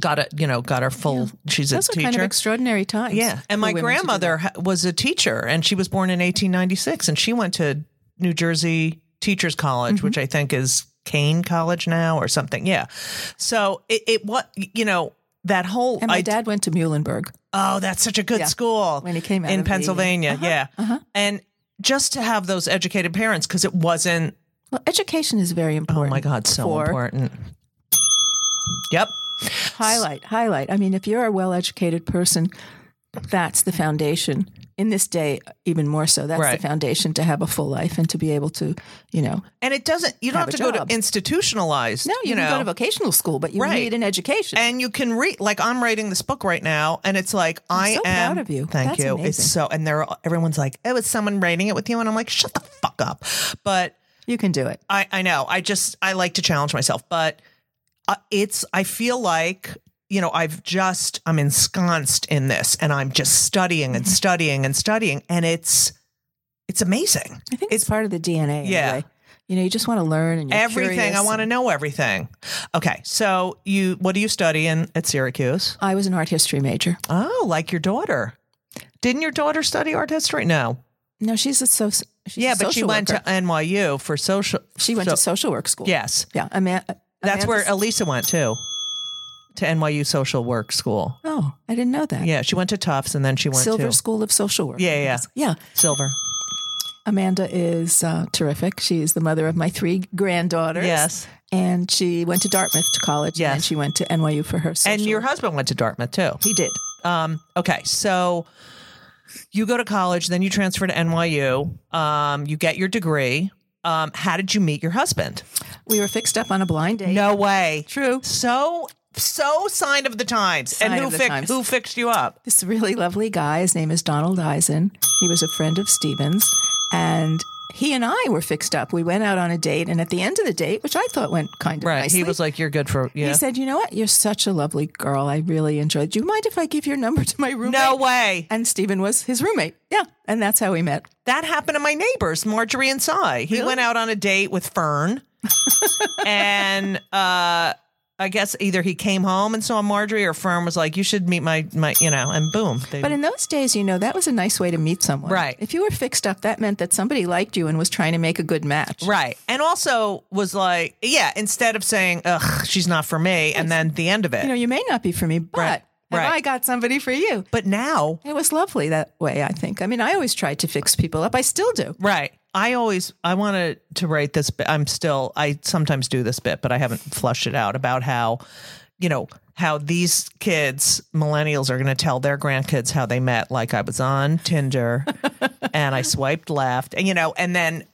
Speaker 2: got a you know got her full she's a
Speaker 3: Those are
Speaker 2: teacher
Speaker 3: kind of extraordinary times.
Speaker 2: Yeah.
Speaker 3: for
Speaker 2: And my
Speaker 3: women to do
Speaker 2: grandmother ha- was a teacher and she was born in 1896 and she went to New Jersey Teachers College,
Speaker 3: Mm-hmm.
Speaker 2: which I think is Kane College now or something. Yeah. So it, it what, you know, that whole
Speaker 3: that. And my
Speaker 2: I-
Speaker 3: dad went to Muhlenberg
Speaker 2: oh, that's such a good
Speaker 3: Yeah.
Speaker 2: school
Speaker 3: when he came out
Speaker 2: in
Speaker 3: of the-
Speaker 2: Pennsylvania.
Speaker 3: Uh-huh.
Speaker 2: Yeah.
Speaker 3: Uh-huh.
Speaker 2: And just to have those educated parents because it wasn't,
Speaker 3: Well, education is very
Speaker 2: oh
Speaker 3: important.
Speaker 2: my God, so
Speaker 3: for
Speaker 2: important. Yep.
Speaker 3: Highlight, highlight. I mean, if you're a well-educated person, that's the foundation. In this day, even more so, that's
Speaker 2: Right.
Speaker 3: the foundation to have a full life and to be able to, you know,
Speaker 2: And it doesn't, you don't have,
Speaker 3: Have a
Speaker 2: to go
Speaker 3: job.
Speaker 2: to institutionalized.
Speaker 3: no, you,
Speaker 2: know.
Speaker 3: can go to vocational school, but you
Speaker 2: Right.
Speaker 3: need an education.
Speaker 2: and you can read like I'm writing this book right now, and it's like i
Speaker 3: so
Speaker 2: am
Speaker 3: proud of you.
Speaker 2: Thank
Speaker 3: That's
Speaker 2: you. It's
Speaker 3: amazing.
Speaker 2: so, and they're everyone's like, oh, is someone writing it with you? And I'm like, shut the fuck up. But
Speaker 3: you can do it.
Speaker 2: I, I know. I just I like to challenge myself, but uh, it's I feel like you know I've just I'm ensconced in this, and I'm just studying
Speaker 3: Mm-hmm.
Speaker 2: and studying and studying, and it's it's amazing.
Speaker 3: I think it's, part of the DNA.
Speaker 2: Yeah.
Speaker 3: Anyway. You know, you just want to learn and you're
Speaker 2: Everything I want to know. Everything. Okay, so you what do you study in at Syracuse?
Speaker 3: I was an art history major.
Speaker 2: Oh, like your daughter. Didn't your daughter study art history? No.
Speaker 3: No, she's a so. She's
Speaker 2: yeah,
Speaker 3: a
Speaker 2: but she
Speaker 3: social
Speaker 2: went
Speaker 3: worker.
Speaker 2: to NYU for social.
Speaker 3: She went
Speaker 2: so-
Speaker 3: to social work school.
Speaker 2: Yes.
Speaker 3: Yeah. Ama-
Speaker 2: That's
Speaker 3: Amanda's-
Speaker 2: where Elisa went too, to NYU Social Work School.
Speaker 3: Oh, I didn't know that.
Speaker 2: Yeah, she went to Tufts and then she went
Speaker 3: Silver
Speaker 2: to
Speaker 3: School of Social Work.
Speaker 2: Yeah, yeah.
Speaker 3: Yeah.
Speaker 2: Silver.
Speaker 3: Amanda is uh, terrific. She is the mother of my three granddaughters.
Speaker 2: Yes.
Speaker 3: And she went to Dartmouth to college.
Speaker 2: Yes.
Speaker 3: And then she went to NYU for her social
Speaker 2: And your
Speaker 3: work.
Speaker 2: husband went to Dartmouth too.
Speaker 3: He did.
Speaker 2: Um, okay, so you go to college, then you transfer to NYU. Um, you get your degree. Um, how did you meet your husband?
Speaker 3: We were fixed up on a blind date.
Speaker 2: No way.
Speaker 3: True.
Speaker 2: So so sign of the times. and
Speaker 3: Sign
Speaker 2: who
Speaker 3: of the
Speaker 2: fix-
Speaker 3: times.
Speaker 2: who fixed you up?
Speaker 3: This really lovely guy, his name is Donald Eisen. He was a friend of Stevens. And he and I were fixed up. We went out on a date. And at the end of the date, which I thought went kind of
Speaker 2: Right.
Speaker 3: nicely,
Speaker 2: He was like, "You're good for yeah."
Speaker 3: He said, "You know what? You're such a lovely girl. I really enjoyed. Do you mind if I give your number to my roommate?"
Speaker 2: no way.
Speaker 3: And Stephen was his roommate. Yeah, and that's how we met.
Speaker 2: That happened to my neighbors, Marjorie and Cy. He went out on a date with Fern, and uh, I guess either he came home and saw Marjorie, or Fern was like, "You should meet my my," you know, and boom. They,
Speaker 3: But in those days, you know, that was a nice way to meet someone.
Speaker 2: Right.
Speaker 3: If you were fixed up, that meant that somebody liked you and was trying to make a good match.
Speaker 2: right, and also was like, yeah. Instead of saying, "Ugh, she's not for me," and then the end of it.
Speaker 3: You know, you may not be for me, but
Speaker 2: Right.
Speaker 3: have
Speaker 2: Right.
Speaker 3: I got somebody for you?
Speaker 2: but now
Speaker 3: It was lovely that way. I think. I mean, I always tried to fix people up. I still do.
Speaker 2: Right. I always I wanted to write this bit. I'm still I sometimes do this bit, but I haven't flushed it out about how, you know, how these kids, millennials, are going to tell their grandkids how they met. Like I was on Tinder and I swiped left, and you know, and then,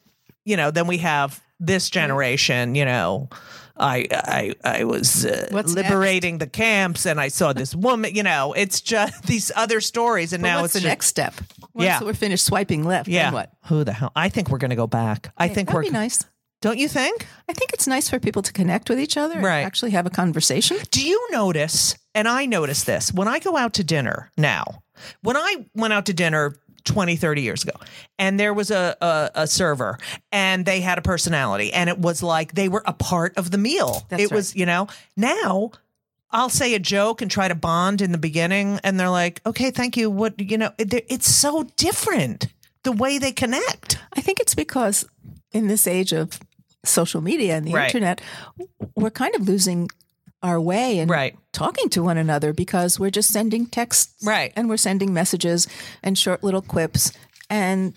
Speaker 2: you know, then we have this generation, you know, I I I was uh,
Speaker 3: What's
Speaker 2: liberating the camps and I saw this woman, you know, it's just these other stories and
Speaker 3: But
Speaker 2: now
Speaker 3: what's
Speaker 2: it's
Speaker 3: the
Speaker 2: just,
Speaker 3: next step? Once
Speaker 2: Yeah.
Speaker 3: we're finished swiping left, then
Speaker 2: yeah.
Speaker 3: what?
Speaker 2: Who the hell? I think we're going to go back. I think
Speaker 3: That'd
Speaker 2: we're
Speaker 3: be nice.
Speaker 2: Don't you think?
Speaker 3: I think it's nice for people to connect with each other
Speaker 2: Right.
Speaker 3: and actually have a conversation.
Speaker 2: Do you notice, and I notice this, when I go out to dinner now, when I went out to dinner 20, 30 years ago, and there was a, a, a server and they had a personality, and it was like they were a part of the meal.
Speaker 3: That's
Speaker 2: it was, you know, now I'll say a joke and try to bond in the beginning, and they're like, okay, thank you. What, you know, it, they're- it's so different the way they connect.
Speaker 3: I think it's because in this age of social media and the
Speaker 2: Right.
Speaker 3: internet, we're kind of losing our way in
Speaker 2: Right.
Speaker 3: talking to one another because we're just sending texts
Speaker 2: Right.
Speaker 3: and we're sending messages and short little quips. And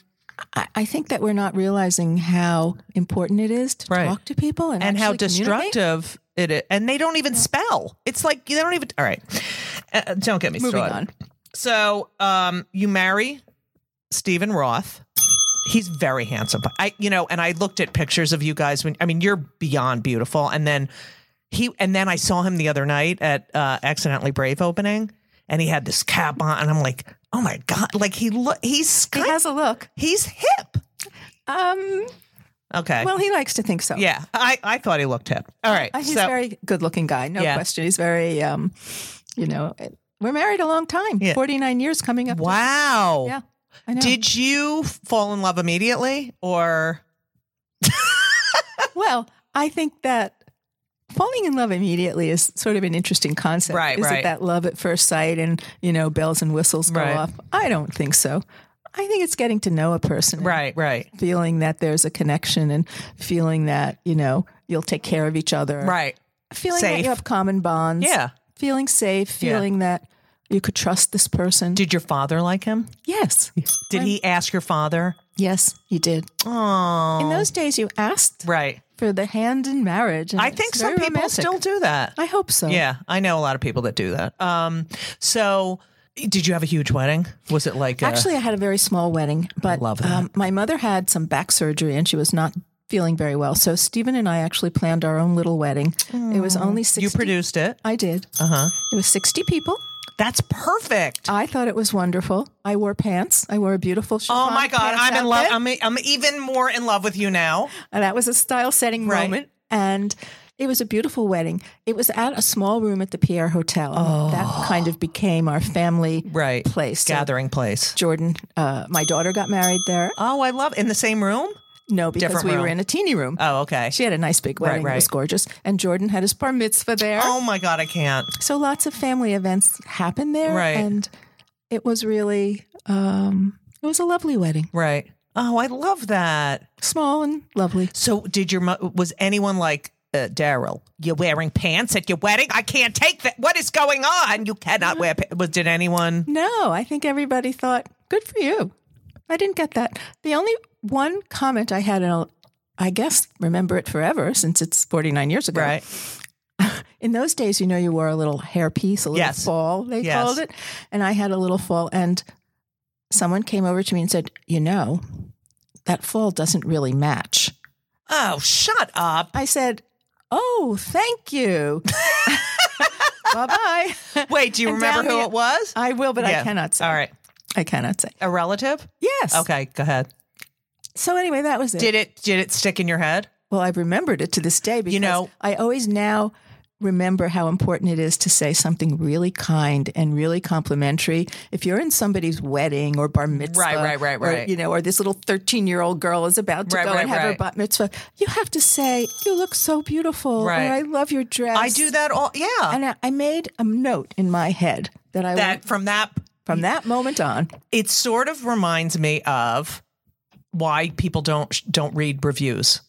Speaker 3: I, I think that we're not realizing how important it is to
Speaker 2: Right.
Speaker 3: talk to people and,
Speaker 2: and how
Speaker 3: actually communicate.
Speaker 2: destructive it is. And they don't even spell. It's like they don't even. All right, uh, don't get me
Speaker 3: Moving
Speaker 2: started.
Speaker 3: on.
Speaker 2: So, um, you marry Stephen Roth. He's very handsome. But I, you know, and I looked at pictures of you guys when I mean you're beyond beautiful. And then he, and then I saw him the other night at uh, accidentally brave opening, and he had this cap on, and I'm like, oh my god, like he look, he's
Speaker 3: He
Speaker 2: kind-
Speaker 3: has a look.
Speaker 2: he's hip.
Speaker 3: Um,
Speaker 2: Okay.
Speaker 3: well, he likes to think so.
Speaker 2: yeah, I, I thought he looked hip. All right.
Speaker 3: Uh, he's
Speaker 2: so,
Speaker 3: a very good looking guy, no
Speaker 2: Yeah.
Speaker 3: question. He's very, um, you know, we're married a long time,
Speaker 2: Yeah.
Speaker 3: 49 years coming up. to-
Speaker 2: wow.
Speaker 3: yeah. I know.
Speaker 2: Did you f- fall in love immediately or
Speaker 3: well, I think that falling in love immediately is sort of an interesting concept.
Speaker 2: Right,
Speaker 3: is
Speaker 2: right.
Speaker 3: it that love at first sight and, you know, bells and whistles go
Speaker 2: Right.
Speaker 3: off? I don't think so. I think it's getting to know a person. and
Speaker 2: right,
Speaker 3: Feeling that there's a connection and feeling that, you know, you'll take care of each other.
Speaker 2: right.
Speaker 3: Feeling that
Speaker 2: Safe.
Speaker 3: you have common bonds.
Speaker 2: Yeah.
Speaker 3: Feeling safe,
Speaker 2: Yeah.
Speaker 3: feeling that you could trust this person.
Speaker 2: Did your father like him?
Speaker 3: yes.
Speaker 2: Did he ask your father?
Speaker 3: Yes, you did.
Speaker 2: Oh,
Speaker 3: In those days, you asked
Speaker 2: right.
Speaker 3: for the hand in marriage. and
Speaker 2: I
Speaker 3: it's
Speaker 2: think some
Speaker 3: very
Speaker 2: people
Speaker 3: romantic.
Speaker 2: still do that.
Speaker 3: I hope so.
Speaker 2: Yeah, I know a lot of people that do that. Um, so did you have a huge wedding? Was it like a,
Speaker 3: Actually, I had a very small wedding, but
Speaker 2: love that.
Speaker 3: Um, my mother had some back surgery and she was not feeling very well. So Stephen and I actually planned our own little wedding. It was only sixty.
Speaker 2: you Uh-huh. produced it?
Speaker 3: I did. Uh huh. It was sixty people.
Speaker 2: That's perfect.
Speaker 3: I thought it was wonderful. I wore pants. I wore a beautiful.
Speaker 2: Oh
Speaker 3: chiffon
Speaker 2: my god,
Speaker 3: pants
Speaker 2: I'm in love.
Speaker 3: outfit.
Speaker 2: I'm e, I'm even more in love with you now.
Speaker 3: And that was a style setting
Speaker 2: Right.
Speaker 3: moment. And it was a beautiful wedding. It was at a small room at the Pierre Hotel. Oh. That kind of became our family
Speaker 2: Right.
Speaker 3: place. So
Speaker 2: Gathering place.
Speaker 3: Jordan, uh, my daughter got married there.
Speaker 2: Oh, I love in the same room?
Speaker 3: No, because
Speaker 2: Different
Speaker 3: we were
Speaker 2: room.
Speaker 3: in a teeny room.
Speaker 2: Oh, okay.
Speaker 3: She had a nice big wedding. It was
Speaker 2: right.
Speaker 3: gorgeous. And Jordan had his bar mitzvah there.
Speaker 2: Oh my god, I can't.
Speaker 3: So lots of family events happened there.
Speaker 2: Right.
Speaker 3: And it was really, um, it was a lovely wedding.
Speaker 2: Right. Oh, I love that.
Speaker 3: Small and lovely.
Speaker 2: So, did your mo- was anyone like uh, Daryl? You're wearing pants at your wedding. I can't take that. What is going on? You cannot wear. Pa-. Was did anyone?
Speaker 3: No, I think everybody thought, good for you. I didn't get that. The only one comment I had, and I'll, I guess remember it forever since it's 49 years ago.
Speaker 2: Right.
Speaker 3: In those days, you know, you wore a little hairpiece, a little
Speaker 2: Yes.
Speaker 3: fall, they
Speaker 2: Yes.
Speaker 3: called it. And I had a little fall. And someone came over to me and said, you know, that fall doesn't really match.
Speaker 2: Oh, shut up.
Speaker 3: I said, oh, thank you. bye bye.
Speaker 2: Wait, do you
Speaker 3: And
Speaker 2: remember
Speaker 3: down
Speaker 2: who
Speaker 3: the-
Speaker 2: it was?
Speaker 3: I will, but
Speaker 2: Yeah.
Speaker 3: I cannot say.
Speaker 2: All right,
Speaker 3: I cannot say.
Speaker 2: a relative.
Speaker 3: Yes.
Speaker 2: Okay, go ahead.
Speaker 3: So anyway, that was it.
Speaker 2: Did it did it stick in your head?
Speaker 3: Well, I've remembered it to this day because
Speaker 2: know-
Speaker 3: I always now remember how important it is to say something really kind and really complimentary. If you're in somebody's wedding or bar mitzvah,
Speaker 2: Right, right, right,
Speaker 3: or,
Speaker 2: right.
Speaker 3: you know, or this little 13 year old girl is about to
Speaker 2: Right,
Speaker 3: go
Speaker 2: right,
Speaker 3: and have
Speaker 2: right.
Speaker 3: her bat mitzvah, you have to say, "You look so beautiful,"
Speaker 2: Right.
Speaker 3: or "I love your dress."
Speaker 2: I do that all. Yeah,
Speaker 3: and I, I made a note in my head that I
Speaker 2: that
Speaker 3: want-
Speaker 2: from that
Speaker 3: from that moment on.
Speaker 2: it sort of reminds me of why people don't don't read reviews.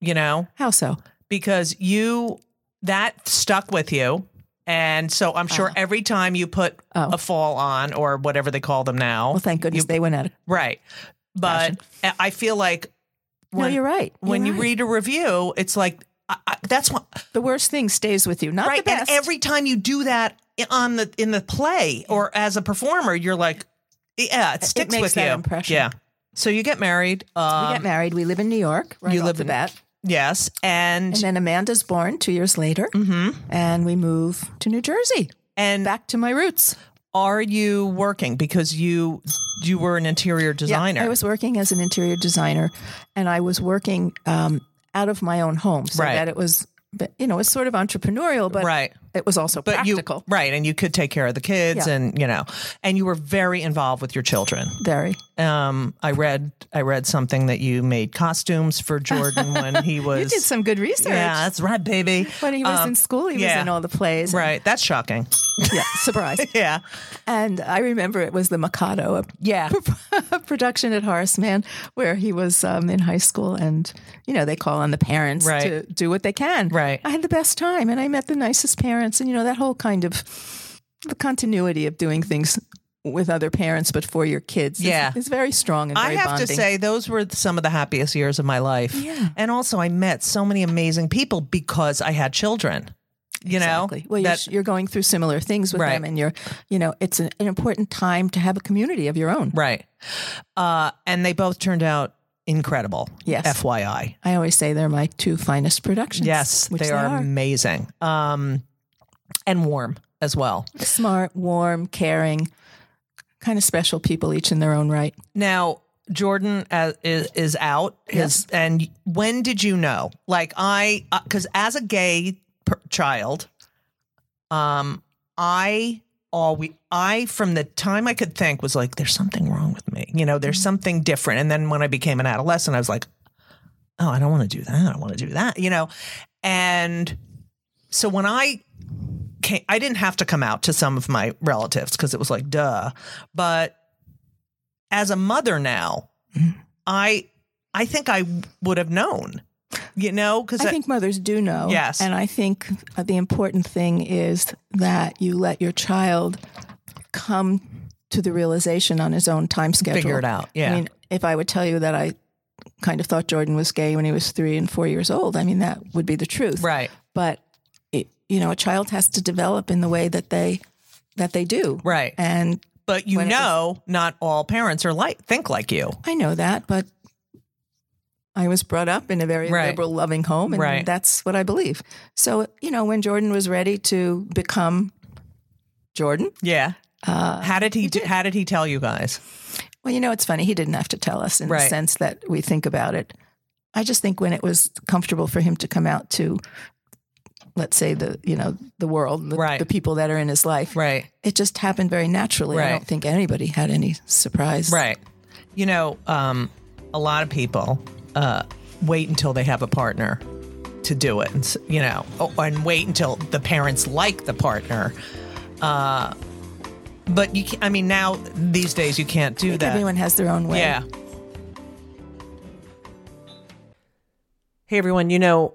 Speaker 2: You know,
Speaker 3: How so?
Speaker 2: because you that stuck with you. And so I'm sure every time you put
Speaker 3: Ah. Oh.
Speaker 2: a fall on or whatever they call them now,
Speaker 3: Well, thank goodness they went out. Of,
Speaker 2: right? But I I feel like when
Speaker 3: no, you're right. You're
Speaker 2: when you
Speaker 3: right.
Speaker 2: read a review, it's like I, I, that's what
Speaker 3: the worst thing stays with you, not
Speaker 2: right.
Speaker 3: the best.
Speaker 2: And every time you do that on the in the play or as a performer, you're like, yeah, it sticks
Speaker 3: makes
Speaker 2: with
Speaker 3: that
Speaker 2: you.
Speaker 3: impression.
Speaker 2: Yeah. So you get married. Um,
Speaker 3: we get married. We live in New York. Right
Speaker 2: you
Speaker 3: off
Speaker 2: live
Speaker 3: the
Speaker 2: in-
Speaker 3: bat.
Speaker 2: Yes. And, mm-hmm,
Speaker 3: And then Amanda's born two years later, and we move to New Jersey,
Speaker 2: and
Speaker 3: back to my roots.
Speaker 2: are you working because you you were an interior designer?
Speaker 3: I was working as an interior designer, and I was working um, out of my own home, so
Speaker 2: Right.
Speaker 3: that it was, but, you know, it's sort of entrepreneurial, but
Speaker 2: right.
Speaker 3: it was also
Speaker 2: But
Speaker 3: practical.
Speaker 2: you right, and you could take care of the kids,
Speaker 3: Yeah.
Speaker 2: and you know, and you were very involved with your children.
Speaker 3: Very.
Speaker 2: Um, I read I read something that you made costumes for Jordan when he was.
Speaker 3: You did some good research.
Speaker 2: yeah, that's right, baby.
Speaker 3: When he was in school, he
Speaker 2: Um, yeah.
Speaker 3: was in all the plays.
Speaker 2: Right, that's shocking.
Speaker 3: Yeah, surprise.
Speaker 2: Yeah,
Speaker 3: And I remember it was the Mikado, a
Speaker 2: yeah.
Speaker 3: a production at Horace Mann where he was um, in high school, and you know they call on the parents
Speaker 2: Right.
Speaker 3: to do what they can.
Speaker 2: Right.
Speaker 3: I had the best time, and I met the nicest parents, and you know that whole kind of the continuity of doing things with other parents, but for your kids. is-
Speaker 2: Yeah.
Speaker 3: is, very strong and
Speaker 2: I
Speaker 3: very
Speaker 2: have to
Speaker 3: bonding.
Speaker 2: say, those were some of the happiest years of my life.
Speaker 3: Yeah.
Speaker 2: And also, I met so many amazing people because I had children. You
Speaker 3: Exactly.
Speaker 2: know,
Speaker 3: Well,
Speaker 2: that-
Speaker 3: you're, you're going through similar things with
Speaker 2: Right.
Speaker 3: them, and you're, you know, it's an, an important time to have a community of your own.
Speaker 2: right. Uh, and they both turned out incredible.
Speaker 3: Yes.
Speaker 2: FYI.
Speaker 3: I always say they're my two finest productions.
Speaker 2: Yes,
Speaker 3: which
Speaker 2: they, are, amazing. Um, and warm as well.
Speaker 3: smart, warm, caring, kind of special people, each in their own right.
Speaker 2: Now, Jordan uh, is, is out. His, And when did you know? Like, I, because as a gay per- child, um, I always, I, from the time I could think, was like, there's something wrong with me. You know, there's something different. And then when I became an adolescent, I was like, oh, I don't want to do that. I want to do that, you know? And so when I came, I didn't have to come out to some of my relatives because it was like, duh. But as a mother now,
Speaker 3: Mm-hmm.
Speaker 2: I I think I would have known, you know, because
Speaker 3: I think mothers do know.
Speaker 2: Yes.
Speaker 3: And I think uh, the important thing is that you let your child come to the realization on his own time schedule.
Speaker 2: figure it out. Yeah,
Speaker 3: I mean, if I would tell you that I kind of thought Jordan was gay when he was three and four years old, I mean, that would be the truth.
Speaker 2: right,
Speaker 3: But, it, you know, a child has to develop in the way that they, that they do.
Speaker 2: right.
Speaker 3: And
Speaker 2: But you
Speaker 3: when it was-
Speaker 2: know, not all parents are like think like you.
Speaker 3: I know that, but I was brought up in a very
Speaker 2: Right.
Speaker 3: liberal, loving home, and
Speaker 2: Right.
Speaker 3: that's what I believe. So, you know, when Jordan was ready to become Jordan, uh,
Speaker 2: Yeah. how did he? do, How did he tell you guys?
Speaker 3: well, you know, it's funny. He didn't have to tell us in
Speaker 2: Right.
Speaker 3: the sense that we think about it. I just think when it was comfortable for him to come out to, let's say the you know the world, the,
Speaker 2: Right.
Speaker 3: the people that are in his life,
Speaker 2: Right.
Speaker 3: it just happened very naturally.
Speaker 2: Right.
Speaker 3: I don't think anybody had any surprise.
Speaker 2: Right. You know, um, a lot of people uh, wait until they have a partner to do it, and s- you know, oh, and wait until the parents like the partner. Uh, but you, ca I mean, now these days you can't
Speaker 3: I
Speaker 2: do
Speaker 3: think
Speaker 2: that.
Speaker 3: everyone has their own way.
Speaker 2: yeah.
Speaker 5: Hey everyone, you know,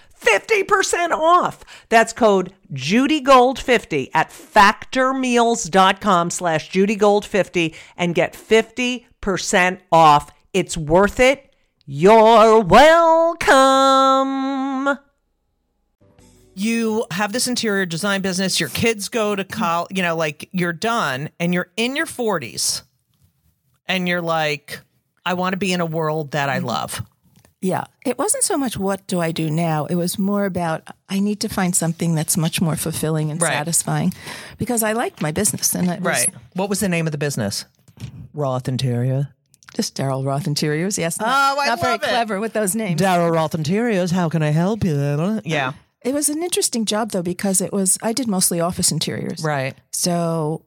Speaker 5: 50% off. That's code JudyGold50 at factormeals.com slash JudyGold50 and get 50% off. It's worth it. You're welcome.
Speaker 2: you have this interior design business, your kids go to college, you know, like you're done and you're in your 40s and you're like, I want to be in a world that I love.
Speaker 3: Yeah. It wasn't so much what do I do now? It was more about I need to find something that's much more fulfilling and
Speaker 2: Right.
Speaker 3: satisfying because I liked my business and it was
Speaker 2: What was the name of the business? Roth Interior.
Speaker 3: just Daryl Roth Interiors. Yes. Oh,
Speaker 2: I
Speaker 3: not very
Speaker 2: love it.
Speaker 3: clever with those names.
Speaker 2: Daryl Roth Interiors. How can I help you? Yeah.
Speaker 3: it was an interesting job though because it was I did mostly office interiors.
Speaker 2: Right.
Speaker 3: So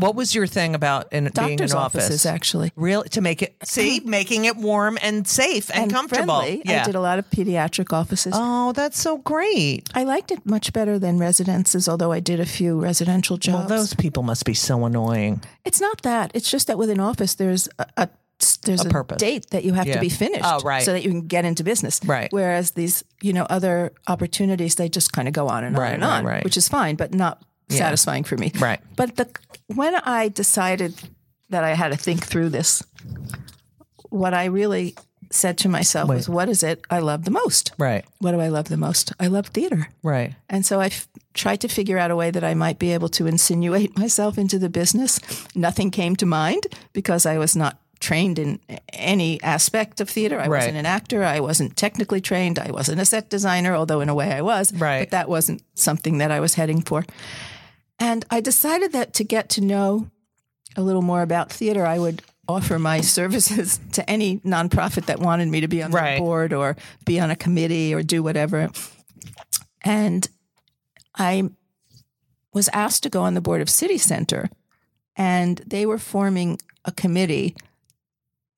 Speaker 2: What was your thing about in being in
Speaker 3: doctors'
Speaker 2: office?
Speaker 3: offices actually.
Speaker 2: Really, to make it see, making it warm and safe and, comfortable.
Speaker 3: friendly.
Speaker 2: Yeah.
Speaker 3: I did a lot of pediatric offices.
Speaker 2: oh, that's so great.
Speaker 3: I liked it much better than residences, although I did a few residential
Speaker 2: Well,
Speaker 3: jobs.
Speaker 2: those people must be so annoying.
Speaker 3: It's not that. It's just that with an office, there's a, a there's a,
Speaker 2: purpose.
Speaker 3: date that you have
Speaker 2: Yeah.
Speaker 3: to be finished,
Speaker 2: Oh, right.
Speaker 3: so that you can get into business.
Speaker 2: Right.
Speaker 3: Whereas these, you know, other opportunities, they just kind of go on and
Speaker 2: Right,
Speaker 3: on and
Speaker 2: right,
Speaker 3: on,
Speaker 2: right.
Speaker 3: which is fine, but not satisfying for me.
Speaker 2: Right.
Speaker 3: But the when I decided that I had to think through this, what I really said to myself was, "What is it I love the most?
Speaker 2: Right.
Speaker 3: What do I love the most? I love theater."
Speaker 2: Right.
Speaker 3: And so I f- tried to figure out a way that I might be able to insinuate myself into the business. Nothing came to mind because I was not trained in any aspect of theater. I
Speaker 2: Right.
Speaker 3: wasn't an actor. I wasn't technically trained. I wasn't a set designer, although in a way I was.
Speaker 2: Right.
Speaker 3: But that wasn't something that I was heading for. And I decided that to get to know a little more about theater, I would offer my services to any nonprofit that wanted me to be on the
Speaker 2: Right.
Speaker 3: board or be on a committee or do whatever. And I was asked to go on the board of City Center, and they were forming a committee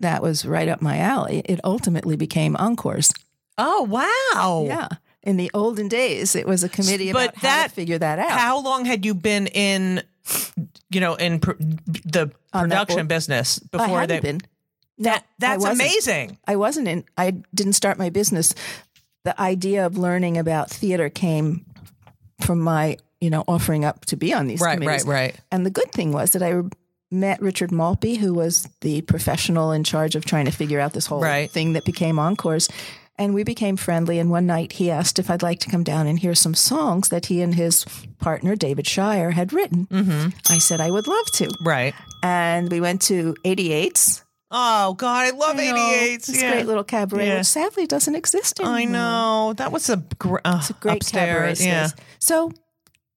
Speaker 3: that was right up my alley. It ultimately became Encores.
Speaker 2: Oh wow.
Speaker 3: Yeah. In the olden days, it was a committee
Speaker 2: But
Speaker 3: about how
Speaker 2: that-
Speaker 3: to figure that out.
Speaker 2: How long had you been in, you know, in pr- the
Speaker 3: On that
Speaker 2: production
Speaker 3: board?
Speaker 2: business
Speaker 3: I
Speaker 2: before
Speaker 3: hadn't
Speaker 2: they?
Speaker 3: been. No,
Speaker 2: That
Speaker 3: I
Speaker 2: that's
Speaker 3: wasn't.
Speaker 2: amazing.
Speaker 3: I wasn't in. I didn't start my business. The idea of learning about theater came from my, you know, offering up to be on these
Speaker 2: Right,
Speaker 3: committees.
Speaker 2: right, right.
Speaker 3: And the good thing was that I met Richard Maltby, who was the professional in charge of trying to figure out this whole
Speaker 2: Right.
Speaker 3: thing that became Encores. And we became friendly. And one night he asked if I'd like to come down and hear some songs that he and his partner, David Shire, had written.
Speaker 2: Mm-hmm.
Speaker 3: I said, I would love to.
Speaker 2: Right.
Speaker 3: And we went to 88's.
Speaker 2: Oh God, I love
Speaker 3: I know,
Speaker 2: eighty eight.
Speaker 3: This great little cabaret,
Speaker 2: Yeah.
Speaker 3: which sadly doesn't exist anymore.
Speaker 2: I know that was a, gr- uh,
Speaker 3: It's a great
Speaker 2: upstairs.
Speaker 3: cabaret.
Speaker 2: Yeah. Mm-hmm.
Speaker 3: space. So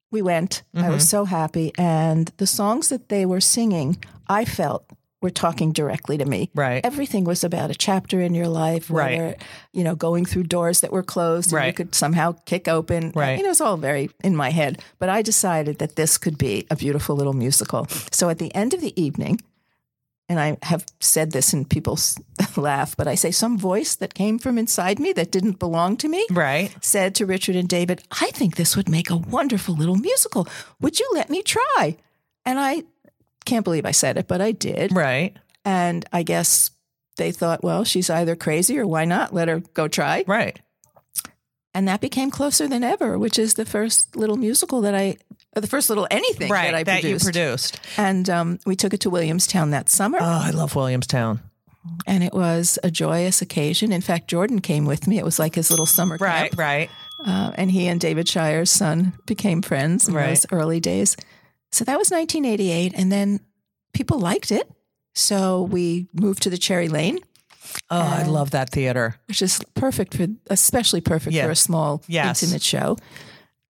Speaker 3: we went. I was so happy. And the songs that they were singing, I felt were talking directly to me.
Speaker 2: Right.
Speaker 3: Everything was about a chapter in your life.
Speaker 2: Right.
Speaker 3: whether, You know, going through doors that were closed and you
Speaker 2: Right.
Speaker 3: could somehow kick open. Uh,
Speaker 2: Right.
Speaker 3: You know, it was all very in my head. But I decided that this could be a beautiful little musical. So at the end of the evening, and I have said this and people s- laugh, but I say some voice that came from inside me that didn't belong to me
Speaker 2: Right.
Speaker 3: said to Richard and David, I think this would make a wonderful little musical. Would you let me try? And I can't believe I said it, but I did.
Speaker 2: Right.
Speaker 3: And I guess they thought, well, she's either crazy or why not let her go try?
Speaker 2: Right.
Speaker 3: And that became Closer Than Ever, which is the first little musical that I, or the first little anything
Speaker 2: Right.
Speaker 3: that I
Speaker 2: that
Speaker 3: produced.
Speaker 2: you produced.
Speaker 3: And um, we took it to Williamstown that summer.
Speaker 2: Oh, I love Williamstown.
Speaker 3: and it was a joyous occasion. In fact, Jordan came with me. It was like his little summer
Speaker 2: Right.
Speaker 3: camp.
Speaker 2: Right.
Speaker 3: Uh, and he and David Shire's son became friends in
Speaker 2: Right.
Speaker 3: those early days. So that was 1988. And then people liked it. So we moved to the Cherry Lane,
Speaker 2: Oh, I
Speaker 3: And-
Speaker 2: love that theater.
Speaker 3: which is perfect for, especially perfect
Speaker 2: Yeah.
Speaker 3: for a small,
Speaker 2: Yes.
Speaker 3: intimate show.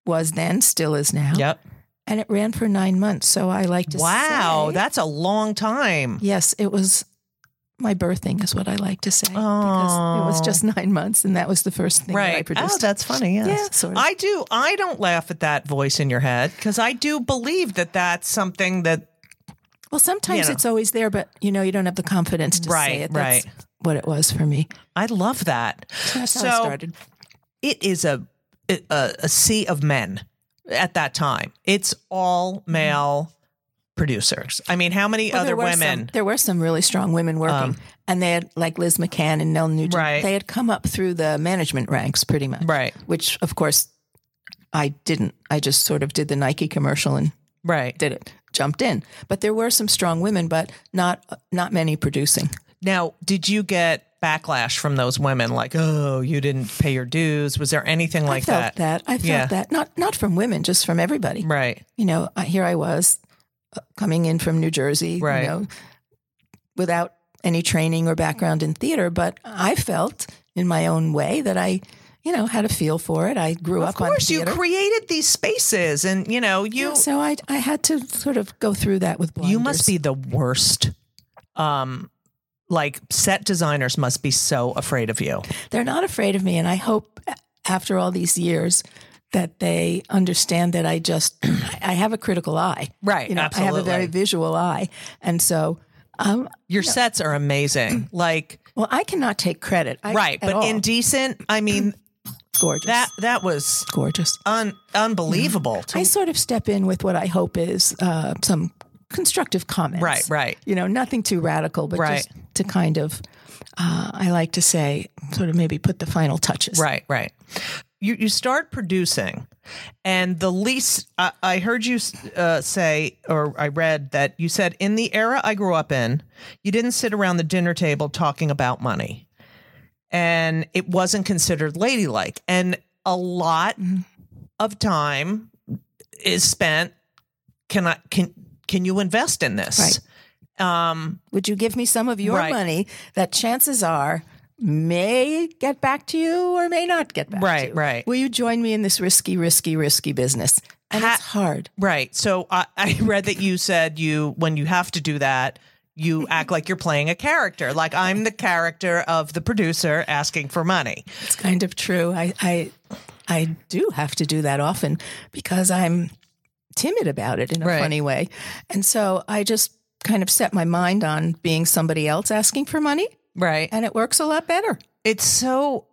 Speaker 3: Was then, still is now.
Speaker 2: Yep.
Speaker 3: And it ran for nine months. So I like to
Speaker 2: Wow,
Speaker 3: say-
Speaker 2: that's a long time.
Speaker 3: yes, it was my birthing is what I like to say because it was just nine months, and that was the first thing that I
Speaker 2: Right.
Speaker 3: produced.
Speaker 2: Oh, that's funny. Yes.
Speaker 3: Yeah, sort of.
Speaker 2: I do. I don't laugh at that voice in your head because I do believe that that's something that
Speaker 3: well, sometimes
Speaker 2: know.
Speaker 3: it's always there, but you know, you don't have the confidence to
Speaker 2: Right,
Speaker 3: say it. That's
Speaker 2: right.
Speaker 3: what it was for me.
Speaker 2: I love that.
Speaker 3: That's
Speaker 2: so
Speaker 3: how I started.
Speaker 2: it is a, a a sea of men at that time. It's all male producers. I mean, how many
Speaker 3: Well,
Speaker 2: other
Speaker 3: there were some-
Speaker 2: women? Um,
Speaker 3: there were some really strong women working, and they had like Liz McCann and Nell Nugent.
Speaker 2: Right.
Speaker 3: They had come up through the management ranks, pretty much.
Speaker 2: Right.
Speaker 3: Which, of course, I didn't. I just sort of did the Nike commercial and
Speaker 2: Right.
Speaker 3: did it, jumped in. But there were some strong women, but not not many producing.
Speaker 2: Now, did you get backlash from those women like, "Oh, you didn't pay your dues"? Was there anything like
Speaker 3: I felt that. I felt
Speaker 2: Yeah.
Speaker 3: that not not from women, just from everybody.
Speaker 2: Right.
Speaker 3: You know, I, here I was uh, coming in from New Jersey,
Speaker 2: Right.
Speaker 3: you know, without any training or background in theater, but I felt in my own way that I, you know, had a feel for it. I grew up
Speaker 2: Of course,
Speaker 3: on
Speaker 2: you
Speaker 3: theater.
Speaker 2: created these spaces, and you know you
Speaker 3: Yeah, so I I had to sort of go through that with blinders.
Speaker 2: You must be the worst. Um, like set designers must be so afraid of you.
Speaker 3: they're not afraid of me and i hope after all these years that they understand that i just i have a critical eye
Speaker 2: Right,
Speaker 3: you know i have a
Speaker 2: absolutely.
Speaker 3: very visual eye and so um,
Speaker 2: Your sets are amazing. Like
Speaker 3: well i cannot take credit I,
Speaker 2: right,
Speaker 3: at
Speaker 2: but
Speaker 3: all.
Speaker 2: indecent. I mean
Speaker 3: gorgeous
Speaker 2: that that was
Speaker 3: gorgeous
Speaker 2: un- unbelievable. To,
Speaker 3: i sort of step in with what i hope is uh, some constructive comments
Speaker 2: Right, right.
Speaker 3: you know nothing too radical but
Speaker 2: Right.
Speaker 3: just to kind of uh, i like to say sort of maybe put the final touches
Speaker 2: right, right. You you start producing, and the least I, I heard you uh, say or I read that you said in the era I grew up in, you didn't sit around the dinner table talking about money. and it wasn't considered ladylike. And a lot of time is spent. Can I can can you invest in this? Um,
Speaker 3: Would you give me some of your
Speaker 2: Right.
Speaker 3: money that chances are may get back to you or may not get back to
Speaker 2: Right,
Speaker 3: you?
Speaker 2: right.
Speaker 3: Will you join me in this risky, risky, risky business? And
Speaker 2: Ha-
Speaker 3: it's hard.
Speaker 2: right. So I, I read that you said you when you have to do that. You act like you're playing a character, like I'm the character of the producer asking for money.
Speaker 3: It's kind of true. I, I, I do have to do that often because I'm timid about it in a
Speaker 2: Right.
Speaker 3: funny way. And so I just kind of set my mind on being somebody else asking for money
Speaker 2: Right.
Speaker 3: and it works a lot better.
Speaker 2: It's so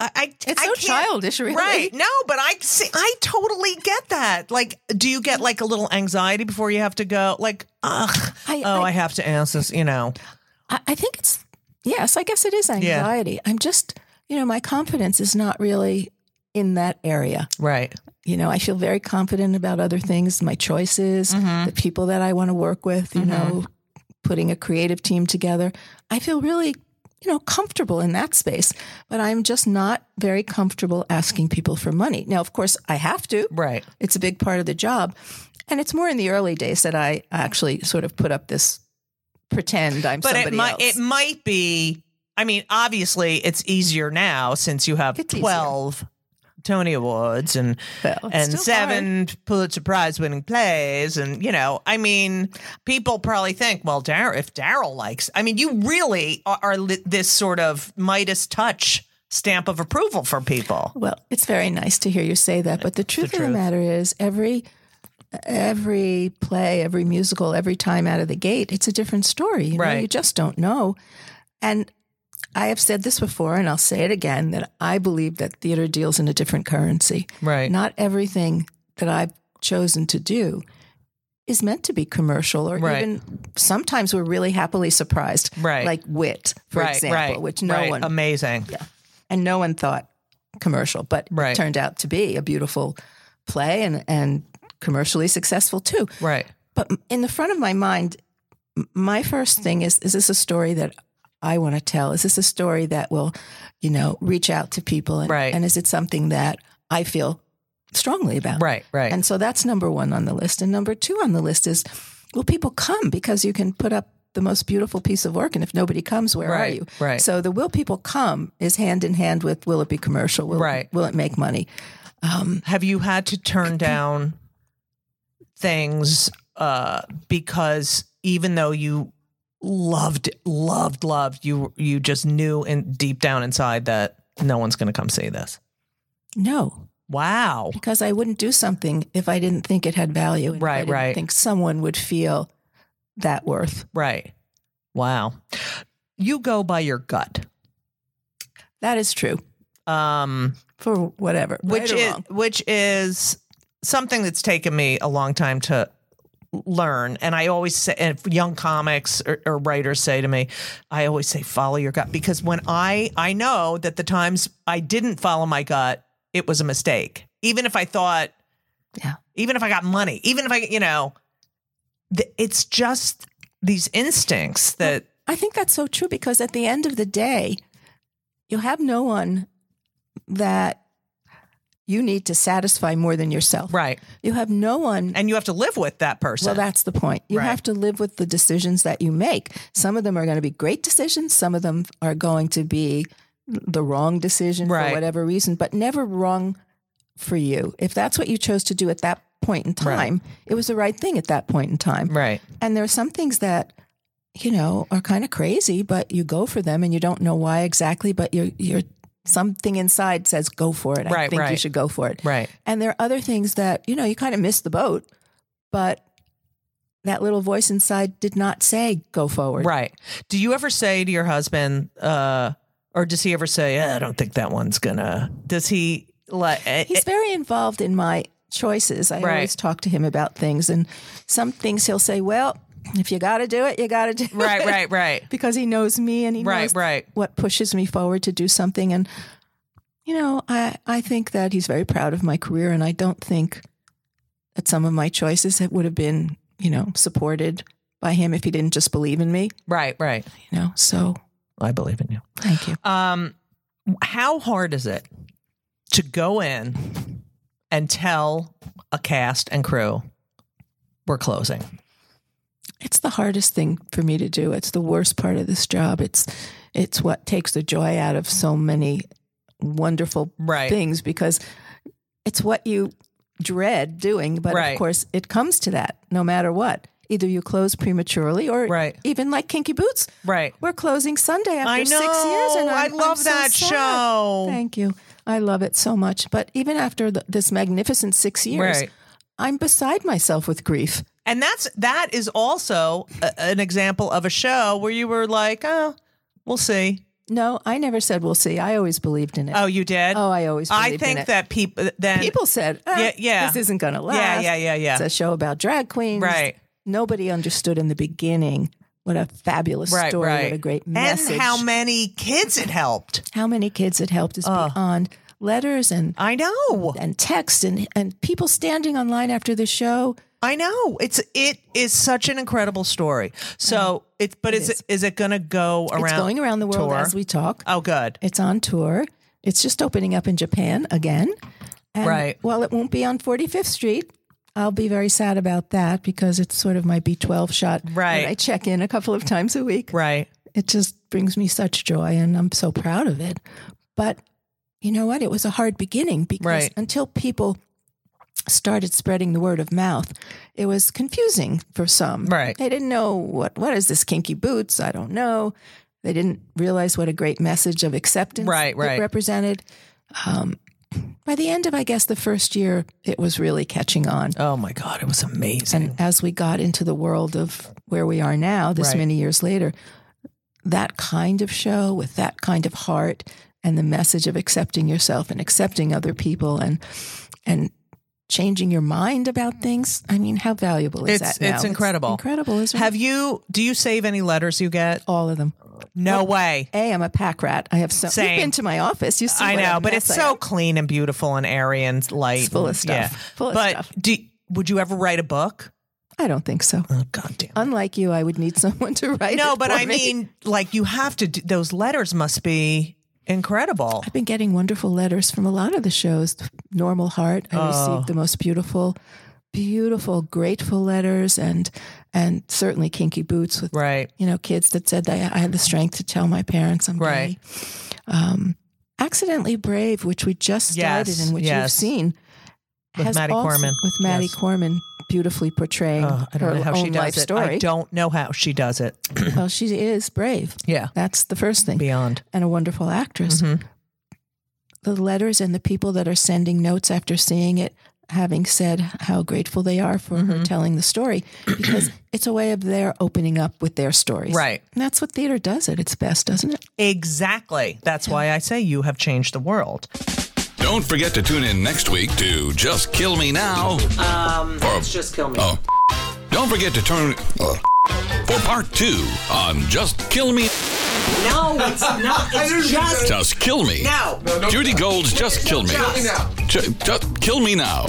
Speaker 2: I, I
Speaker 3: It's
Speaker 2: I
Speaker 3: so
Speaker 2: can't-
Speaker 3: childish, really.
Speaker 2: Right. No, but I see, I totally get that. Like, do you get like a little anxiety before you have to go? Like, ugh,
Speaker 3: I-
Speaker 2: oh, I,
Speaker 3: I-
Speaker 2: have to answer this. You know,
Speaker 3: I, I think it's yes. I guess it is anxiety. I'm just you know my confidence is not really in that area.
Speaker 2: right?
Speaker 3: You know, I feel very confident about other things, my choices,
Speaker 2: Mm-hmm.
Speaker 3: the people that I want to work with. You know, putting a creative team together. I feel really you know comfortable in that space, but I'm just not very comfortable asking people for money. Now, of course, I have to.
Speaker 2: Right.
Speaker 3: It's a big part of the job. And it's more in the early days that I actually sort of put up this pretend I'm
Speaker 2: But it
Speaker 3: somebody
Speaker 2: might
Speaker 3: else.
Speaker 2: it might be. I mean, obviously, it's easier now since you have
Speaker 3: It's easier.
Speaker 2: twelve Tony Awards and
Speaker 3: Well, it's
Speaker 2: and
Speaker 3: still
Speaker 2: seven Pulitzer Prize winning plays, and you know, I mean, people probably think, well, Dar- if Daryl likes, I mean, you really are, are li- this sort of Midas touch stamp of approval for people.
Speaker 3: Well, it's very nice to hear you say that, but the truth of
Speaker 2: truth.
Speaker 3: the matter is every every play, every musical, every time out of the gate, it's a different story. You know?
Speaker 2: Right.
Speaker 3: You just don't know. And I have said this before and I'll say it again that I believe that theater deals in a different currency.
Speaker 2: Right.
Speaker 3: Not everything that I've chosen to do is meant to be commercial or
Speaker 2: Right.
Speaker 3: even sometimes we're really happily surprised.
Speaker 2: Right.
Speaker 3: Like wit, for
Speaker 2: right,
Speaker 3: example,
Speaker 2: right,
Speaker 3: which no
Speaker 2: right.
Speaker 3: one
Speaker 2: amazing,
Speaker 3: and no one thought commercial, but
Speaker 2: Right.
Speaker 3: it turned out to be a beautiful play and and commercially successful too.
Speaker 2: right,
Speaker 3: But in the front of my mind, m- my first thing is: is this a story that I want to tell? Is this a story that will, you know, reach out to people? And,
Speaker 2: Right.
Speaker 3: and is it something that I feel strongly about?
Speaker 2: right, right,
Speaker 3: And so that's number one on the list. And number two on the list is, will people come? Because you can put up the most beautiful piece of work, and if nobody comes, where
Speaker 2: Right,
Speaker 3: are you?
Speaker 2: right.
Speaker 3: So the will people come is hand in hand with will it be commercial? Will,
Speaker 2: Right.
Speaker 3: Will it make money?
Speaker 2: Have you had to turn down things uh, because even though you loved, loved, loved, you you just knew in deep down inside that no one's going to come see this.
Speaker 3: No,
Speaker 2: Wow.
Speaker 3: because I wouldn't do something if I didn't think it had value. and if I
Speaker 2: Right,
Speaker 3: didn't
Speaker 2: right.
Speaker 3: Think someone would feel that worth.
Speaker 2: Right. Wow. You go by your gut.
Speaker 3: That is true
Speaker 2: Um,
Speaker 3: for whatever,
Speaker 2: which
Speaker 3: right or
Speaker 2: is
Speaker 3: wrong.
Speaker 2: which is something that's taken me a long time to learn and i always say and young comics or, or writers say to me i always say follow your gut because when i i know that the times i didn't follow my gut it was a mistake even if i thought
Speaker 3: Yeah.
Speaker 2: even if i got money even if i you know th- it's just these instincts that
Speaker 3: I think that's so true because at the end of the day, you have no one that you need to satisfy more than yourself.
Speaker 2: right
Speaker 3: You have no one
Speaker 2: and you have to live with that person
Speaker 3: Well, that's the point. You
Speaker 2: Right.
Speaker 3: have to live with the decisions that you make. Some of them are going to be great decisions, some of them are going to be the wrong decision
Speaker 2: Right.
Speaker 3: for whatever reason, but never wrong for you. If that's what you chose to do at that point in
Speaker 2: Right.
Speaker 3: time, it was the right thing at that point in time.
Speaker 2: right
Speaker 3: And there are some things that you know are kind of crazy, but you go for them and you don't know why exactly, but you're you're something inside says go for it. I
Speaker 2: Right,
Speaker 3: think you
Speaker 2: right.
Speaker 3: should go for it.
Speaker 2: right
Speaker 3: And there are other things that, you know, you kind of miss the boat, but that little voice inside did not say go forward.
Speaker 2: Right. Do you ever say to your husband, uh, or does he ever say, "Eh, I don't think that one's gonna? Does he like? eh,
Speaker 3: He's very involved in my choices. I
Speaker 2: Right.
Speaker 3: always talk to him about things and some things he'll say, well, if you got to do it, you got to do it.
Speaker 2: right, right, right,
Speaker 3: Because he knows me and he
Speaker 2: right,
Speaker 3: knows
Speaker 2: right.
Speaker 3: what pushes me forward to do something. And, you know, I, I think that he's very proud of my career. And I don't think that some of my choices that would have been, you know, supported by him if he didn't just believe in me,
Speaker 2: Right, right.
Speaker 3: you know. So
Speaker 2: I believe in you.
Speaker 3: thank you.
Speaker 2: Um, how hard is it to go in and tell a cast and crew we're closing?
Speaker 3: It's the hardest thing for me to do. It's the worst part of this job. It's it's what takes the joy out of so many wonderful
Speaker 2: Right,
Speaker 3: things because it's what you dread doing. But
Speaker 2: Right.
Speaker 3: of course, it comes to that no matter what. Either you close prematurely or
Speaker 2: Right.
Speaker 3: even like Kinky Boots,
Speaker 2: right.
Speaker 3: we're closing Sunday after
Speaker 2: I know.
Speaker 3: six years. And
Speaker 2: I
Speaker 3: I'm, I'm
Speaker 2: love
Speaker 3: so
Speaker 2: that
Speaker 3: sad.
Speaker 2: show.
Speaker 3: Thank you. I love it so much. But even after the, this magnificent six years,
Speaker 2: Right.
Speaker 3: I'm beside myself with grief.
Speaker 2: And that's that is also a, an example of a show where you were like, oh, we'll see.
Speaker 3: No, I never said we'll see. I always believed in it.
Speaker 2: Oh, you did.
Speaker 3: Oh, I always believed
Speaker 2: I think
Speaker 3: in it.
Speaker 2: that people then
Speaker 3: People said, "Ah,
Speaker 2: Yeah, yeah.
Speaker 3: this isn't going to last.
Speaker 2: Yeah, yeah, yeah, yeah.
Speaker 3: It's a show about drag queens.
Speaker 2: Right.
Speaker 3: Nobody understood in the beginning what a fabulous
Speaker 2: Right,
Speaker 3: story,
Speaker 2: right.
Speaker 3: what a great message.
Speaker 2: And how many kids it helped.
Speaker 3: how many kids it helped is
Speaker 2: Oh.
Speaker 3: beyond letters and,
Speaker 2: I know.
Speaker 3: and text and, and people standing online after the show.
Speaker 2: I know. It's it is such an incredible story. So it's but is,
Speaker 3: Mm-hmm. is.
Speaker 2: it is it gonna go around
Speaker 3: It's going around the world
Speaker 2: tour?
Speaker 3: as we talk.
Speaker 2: Oh good.
Speaker 3: It's on tour. It's just opening up in Japan again. And
Speaker 2: Right.
Speaker 3: While it won't be on 45th Street, I'll be very sad about that because it's sort of my B12 shot. when
Speaker 2: Right.
Speaker 3: I check in a couple of times a week.
Speaker 2: Right.
Speaker 3: It just brings me such joy and I'm so proud of it. But you know what? It was a hard beginning because
Speaker 2: Right.
Speaker 3: until people started spreading the word of mouth, it was confusing for some.
Speaker 2: Right.
Speaker 3: They didn't know what what is this kinky boots? I don't know. They didn't realize what a great message of acceptance
Speaker 2: Right,
Speaker 3: it
Speaker 2: right.
Speaker 3: represented. Um, by the end of, I guess, the first year, it was really catching on.
Speaker 2: Oh my god, it was amazing.
Speaker 3: And as we got into the world of where we are now, this
Speaker 2: Right.
Speaker 3: many years later, that kind of show with that kind of heart and the message of accepting yourself and accepting other people and and changing your mind about things. I mean, how valuable is
Speaker 2: It's-
Speaker 3: that? now?
Speaker 2: it's incredible.
Speaker 3: incredible, isn't
Speaker 2: Have
Speaker 3: it?
Speaker 2: you do you save any letters you get?
Speaker 3: All of them.
Speaker 2: No way.
Speaker 3: A, I'm a pack rat. I have so.
Speaker 2: Same.
Speaker 3: You've been to my office. You see,
Speaker 2: I
Speaker 3: what a
Speaker 2: know, but
Speaker 3: mess
Speaker 2: it's
Speaker 3: I
Speaker 2: so
Speaker 3: am.
Speaker 2: clean and beautiful and airy and light.
Speaker 3: It's full of
Speaker 2: and-
Speaker 3: stuff. Full of
Speaker 2: but
Speaker 3: stuff.
Speaker 2: do would you ever write a book?
Speaker 3: I don't think so.
Speaker 2: Oh god damn.
Speaker 3: Unlike you, I would need someone to write.
Speaker 2: No,
Speaker 3: it
Speaker 2: but
Speaker 3: for
Speaker 2: I
Speaker 3: me.
Speaker 2: mean, like you have to. Do, those letters must be incredible.
Speaker 3: I've been getting wonderful letters from a lot of the shows. Normal Heart, I
Speaker 2: Oh.
Speaker 3: received the most beautiful, beautiful, grateful letters, and and certainly Kinky Boots with
Speaker 2: Right.
Speaker 3: you know kids that said that I had the strength to tell my parents I'm
Speaker 2: Right.
Speaker 3: gay. Um, Accidentally Brave, which we just started
Speaker 2: Yes,
Speaker 3: and which
Speaker 2: yes.
Speaker 3: you've seen,
Speaker 2: with
Speaker 3: has
Speaker 2: Maddie
Speaker 3: also-
Speaker 2: Corman.
Speaker 3: With Maddie
Speaker 2: Yes.
Speaker 3: Corman beautifully portraying
Speaker 2: Uh, I don't
Speaker 3: her
Speaker 2: know how
Speaker 3: own
Speaker 2: she
Speaker 3: life
Speaker 2: does it.
Speaker 3: story.
Speaker 2: I don't know how she does it.
Speaker 3: Well, she is brave.
Speaker 2: yeah.
Speaker 3: That's the first thing.
Speaker 2: Beyond.
Speaker 3: And a wonderful actress. The letters and the people that are sending notes after seeing it, having said how grateful they are for her telling the story, because it's a way of their opening up with their stories.
Speaker 2: Right.
Speaker 3: And that's what theater does at its best, doesn't it?
Speaker 2: Exactly. That's why I say you have changed the world.
Speaker 6: Don't forget to tune in next week to Just Kill Me Now. Um, for,
Speaker 5: Just kill me.
Speaker 6: oh, don't forget to turn uh, for part two on Just Kill Me.
Speaker 5: No, it's not. It's just
Speaker 6: Just Kill Me.
Speaker 5: no.
Speaker 6: Judy Gold's Just Kill Me.
Speaker 7: Kill Me Now.
Speaker 6: Ju- just Kill Me Now.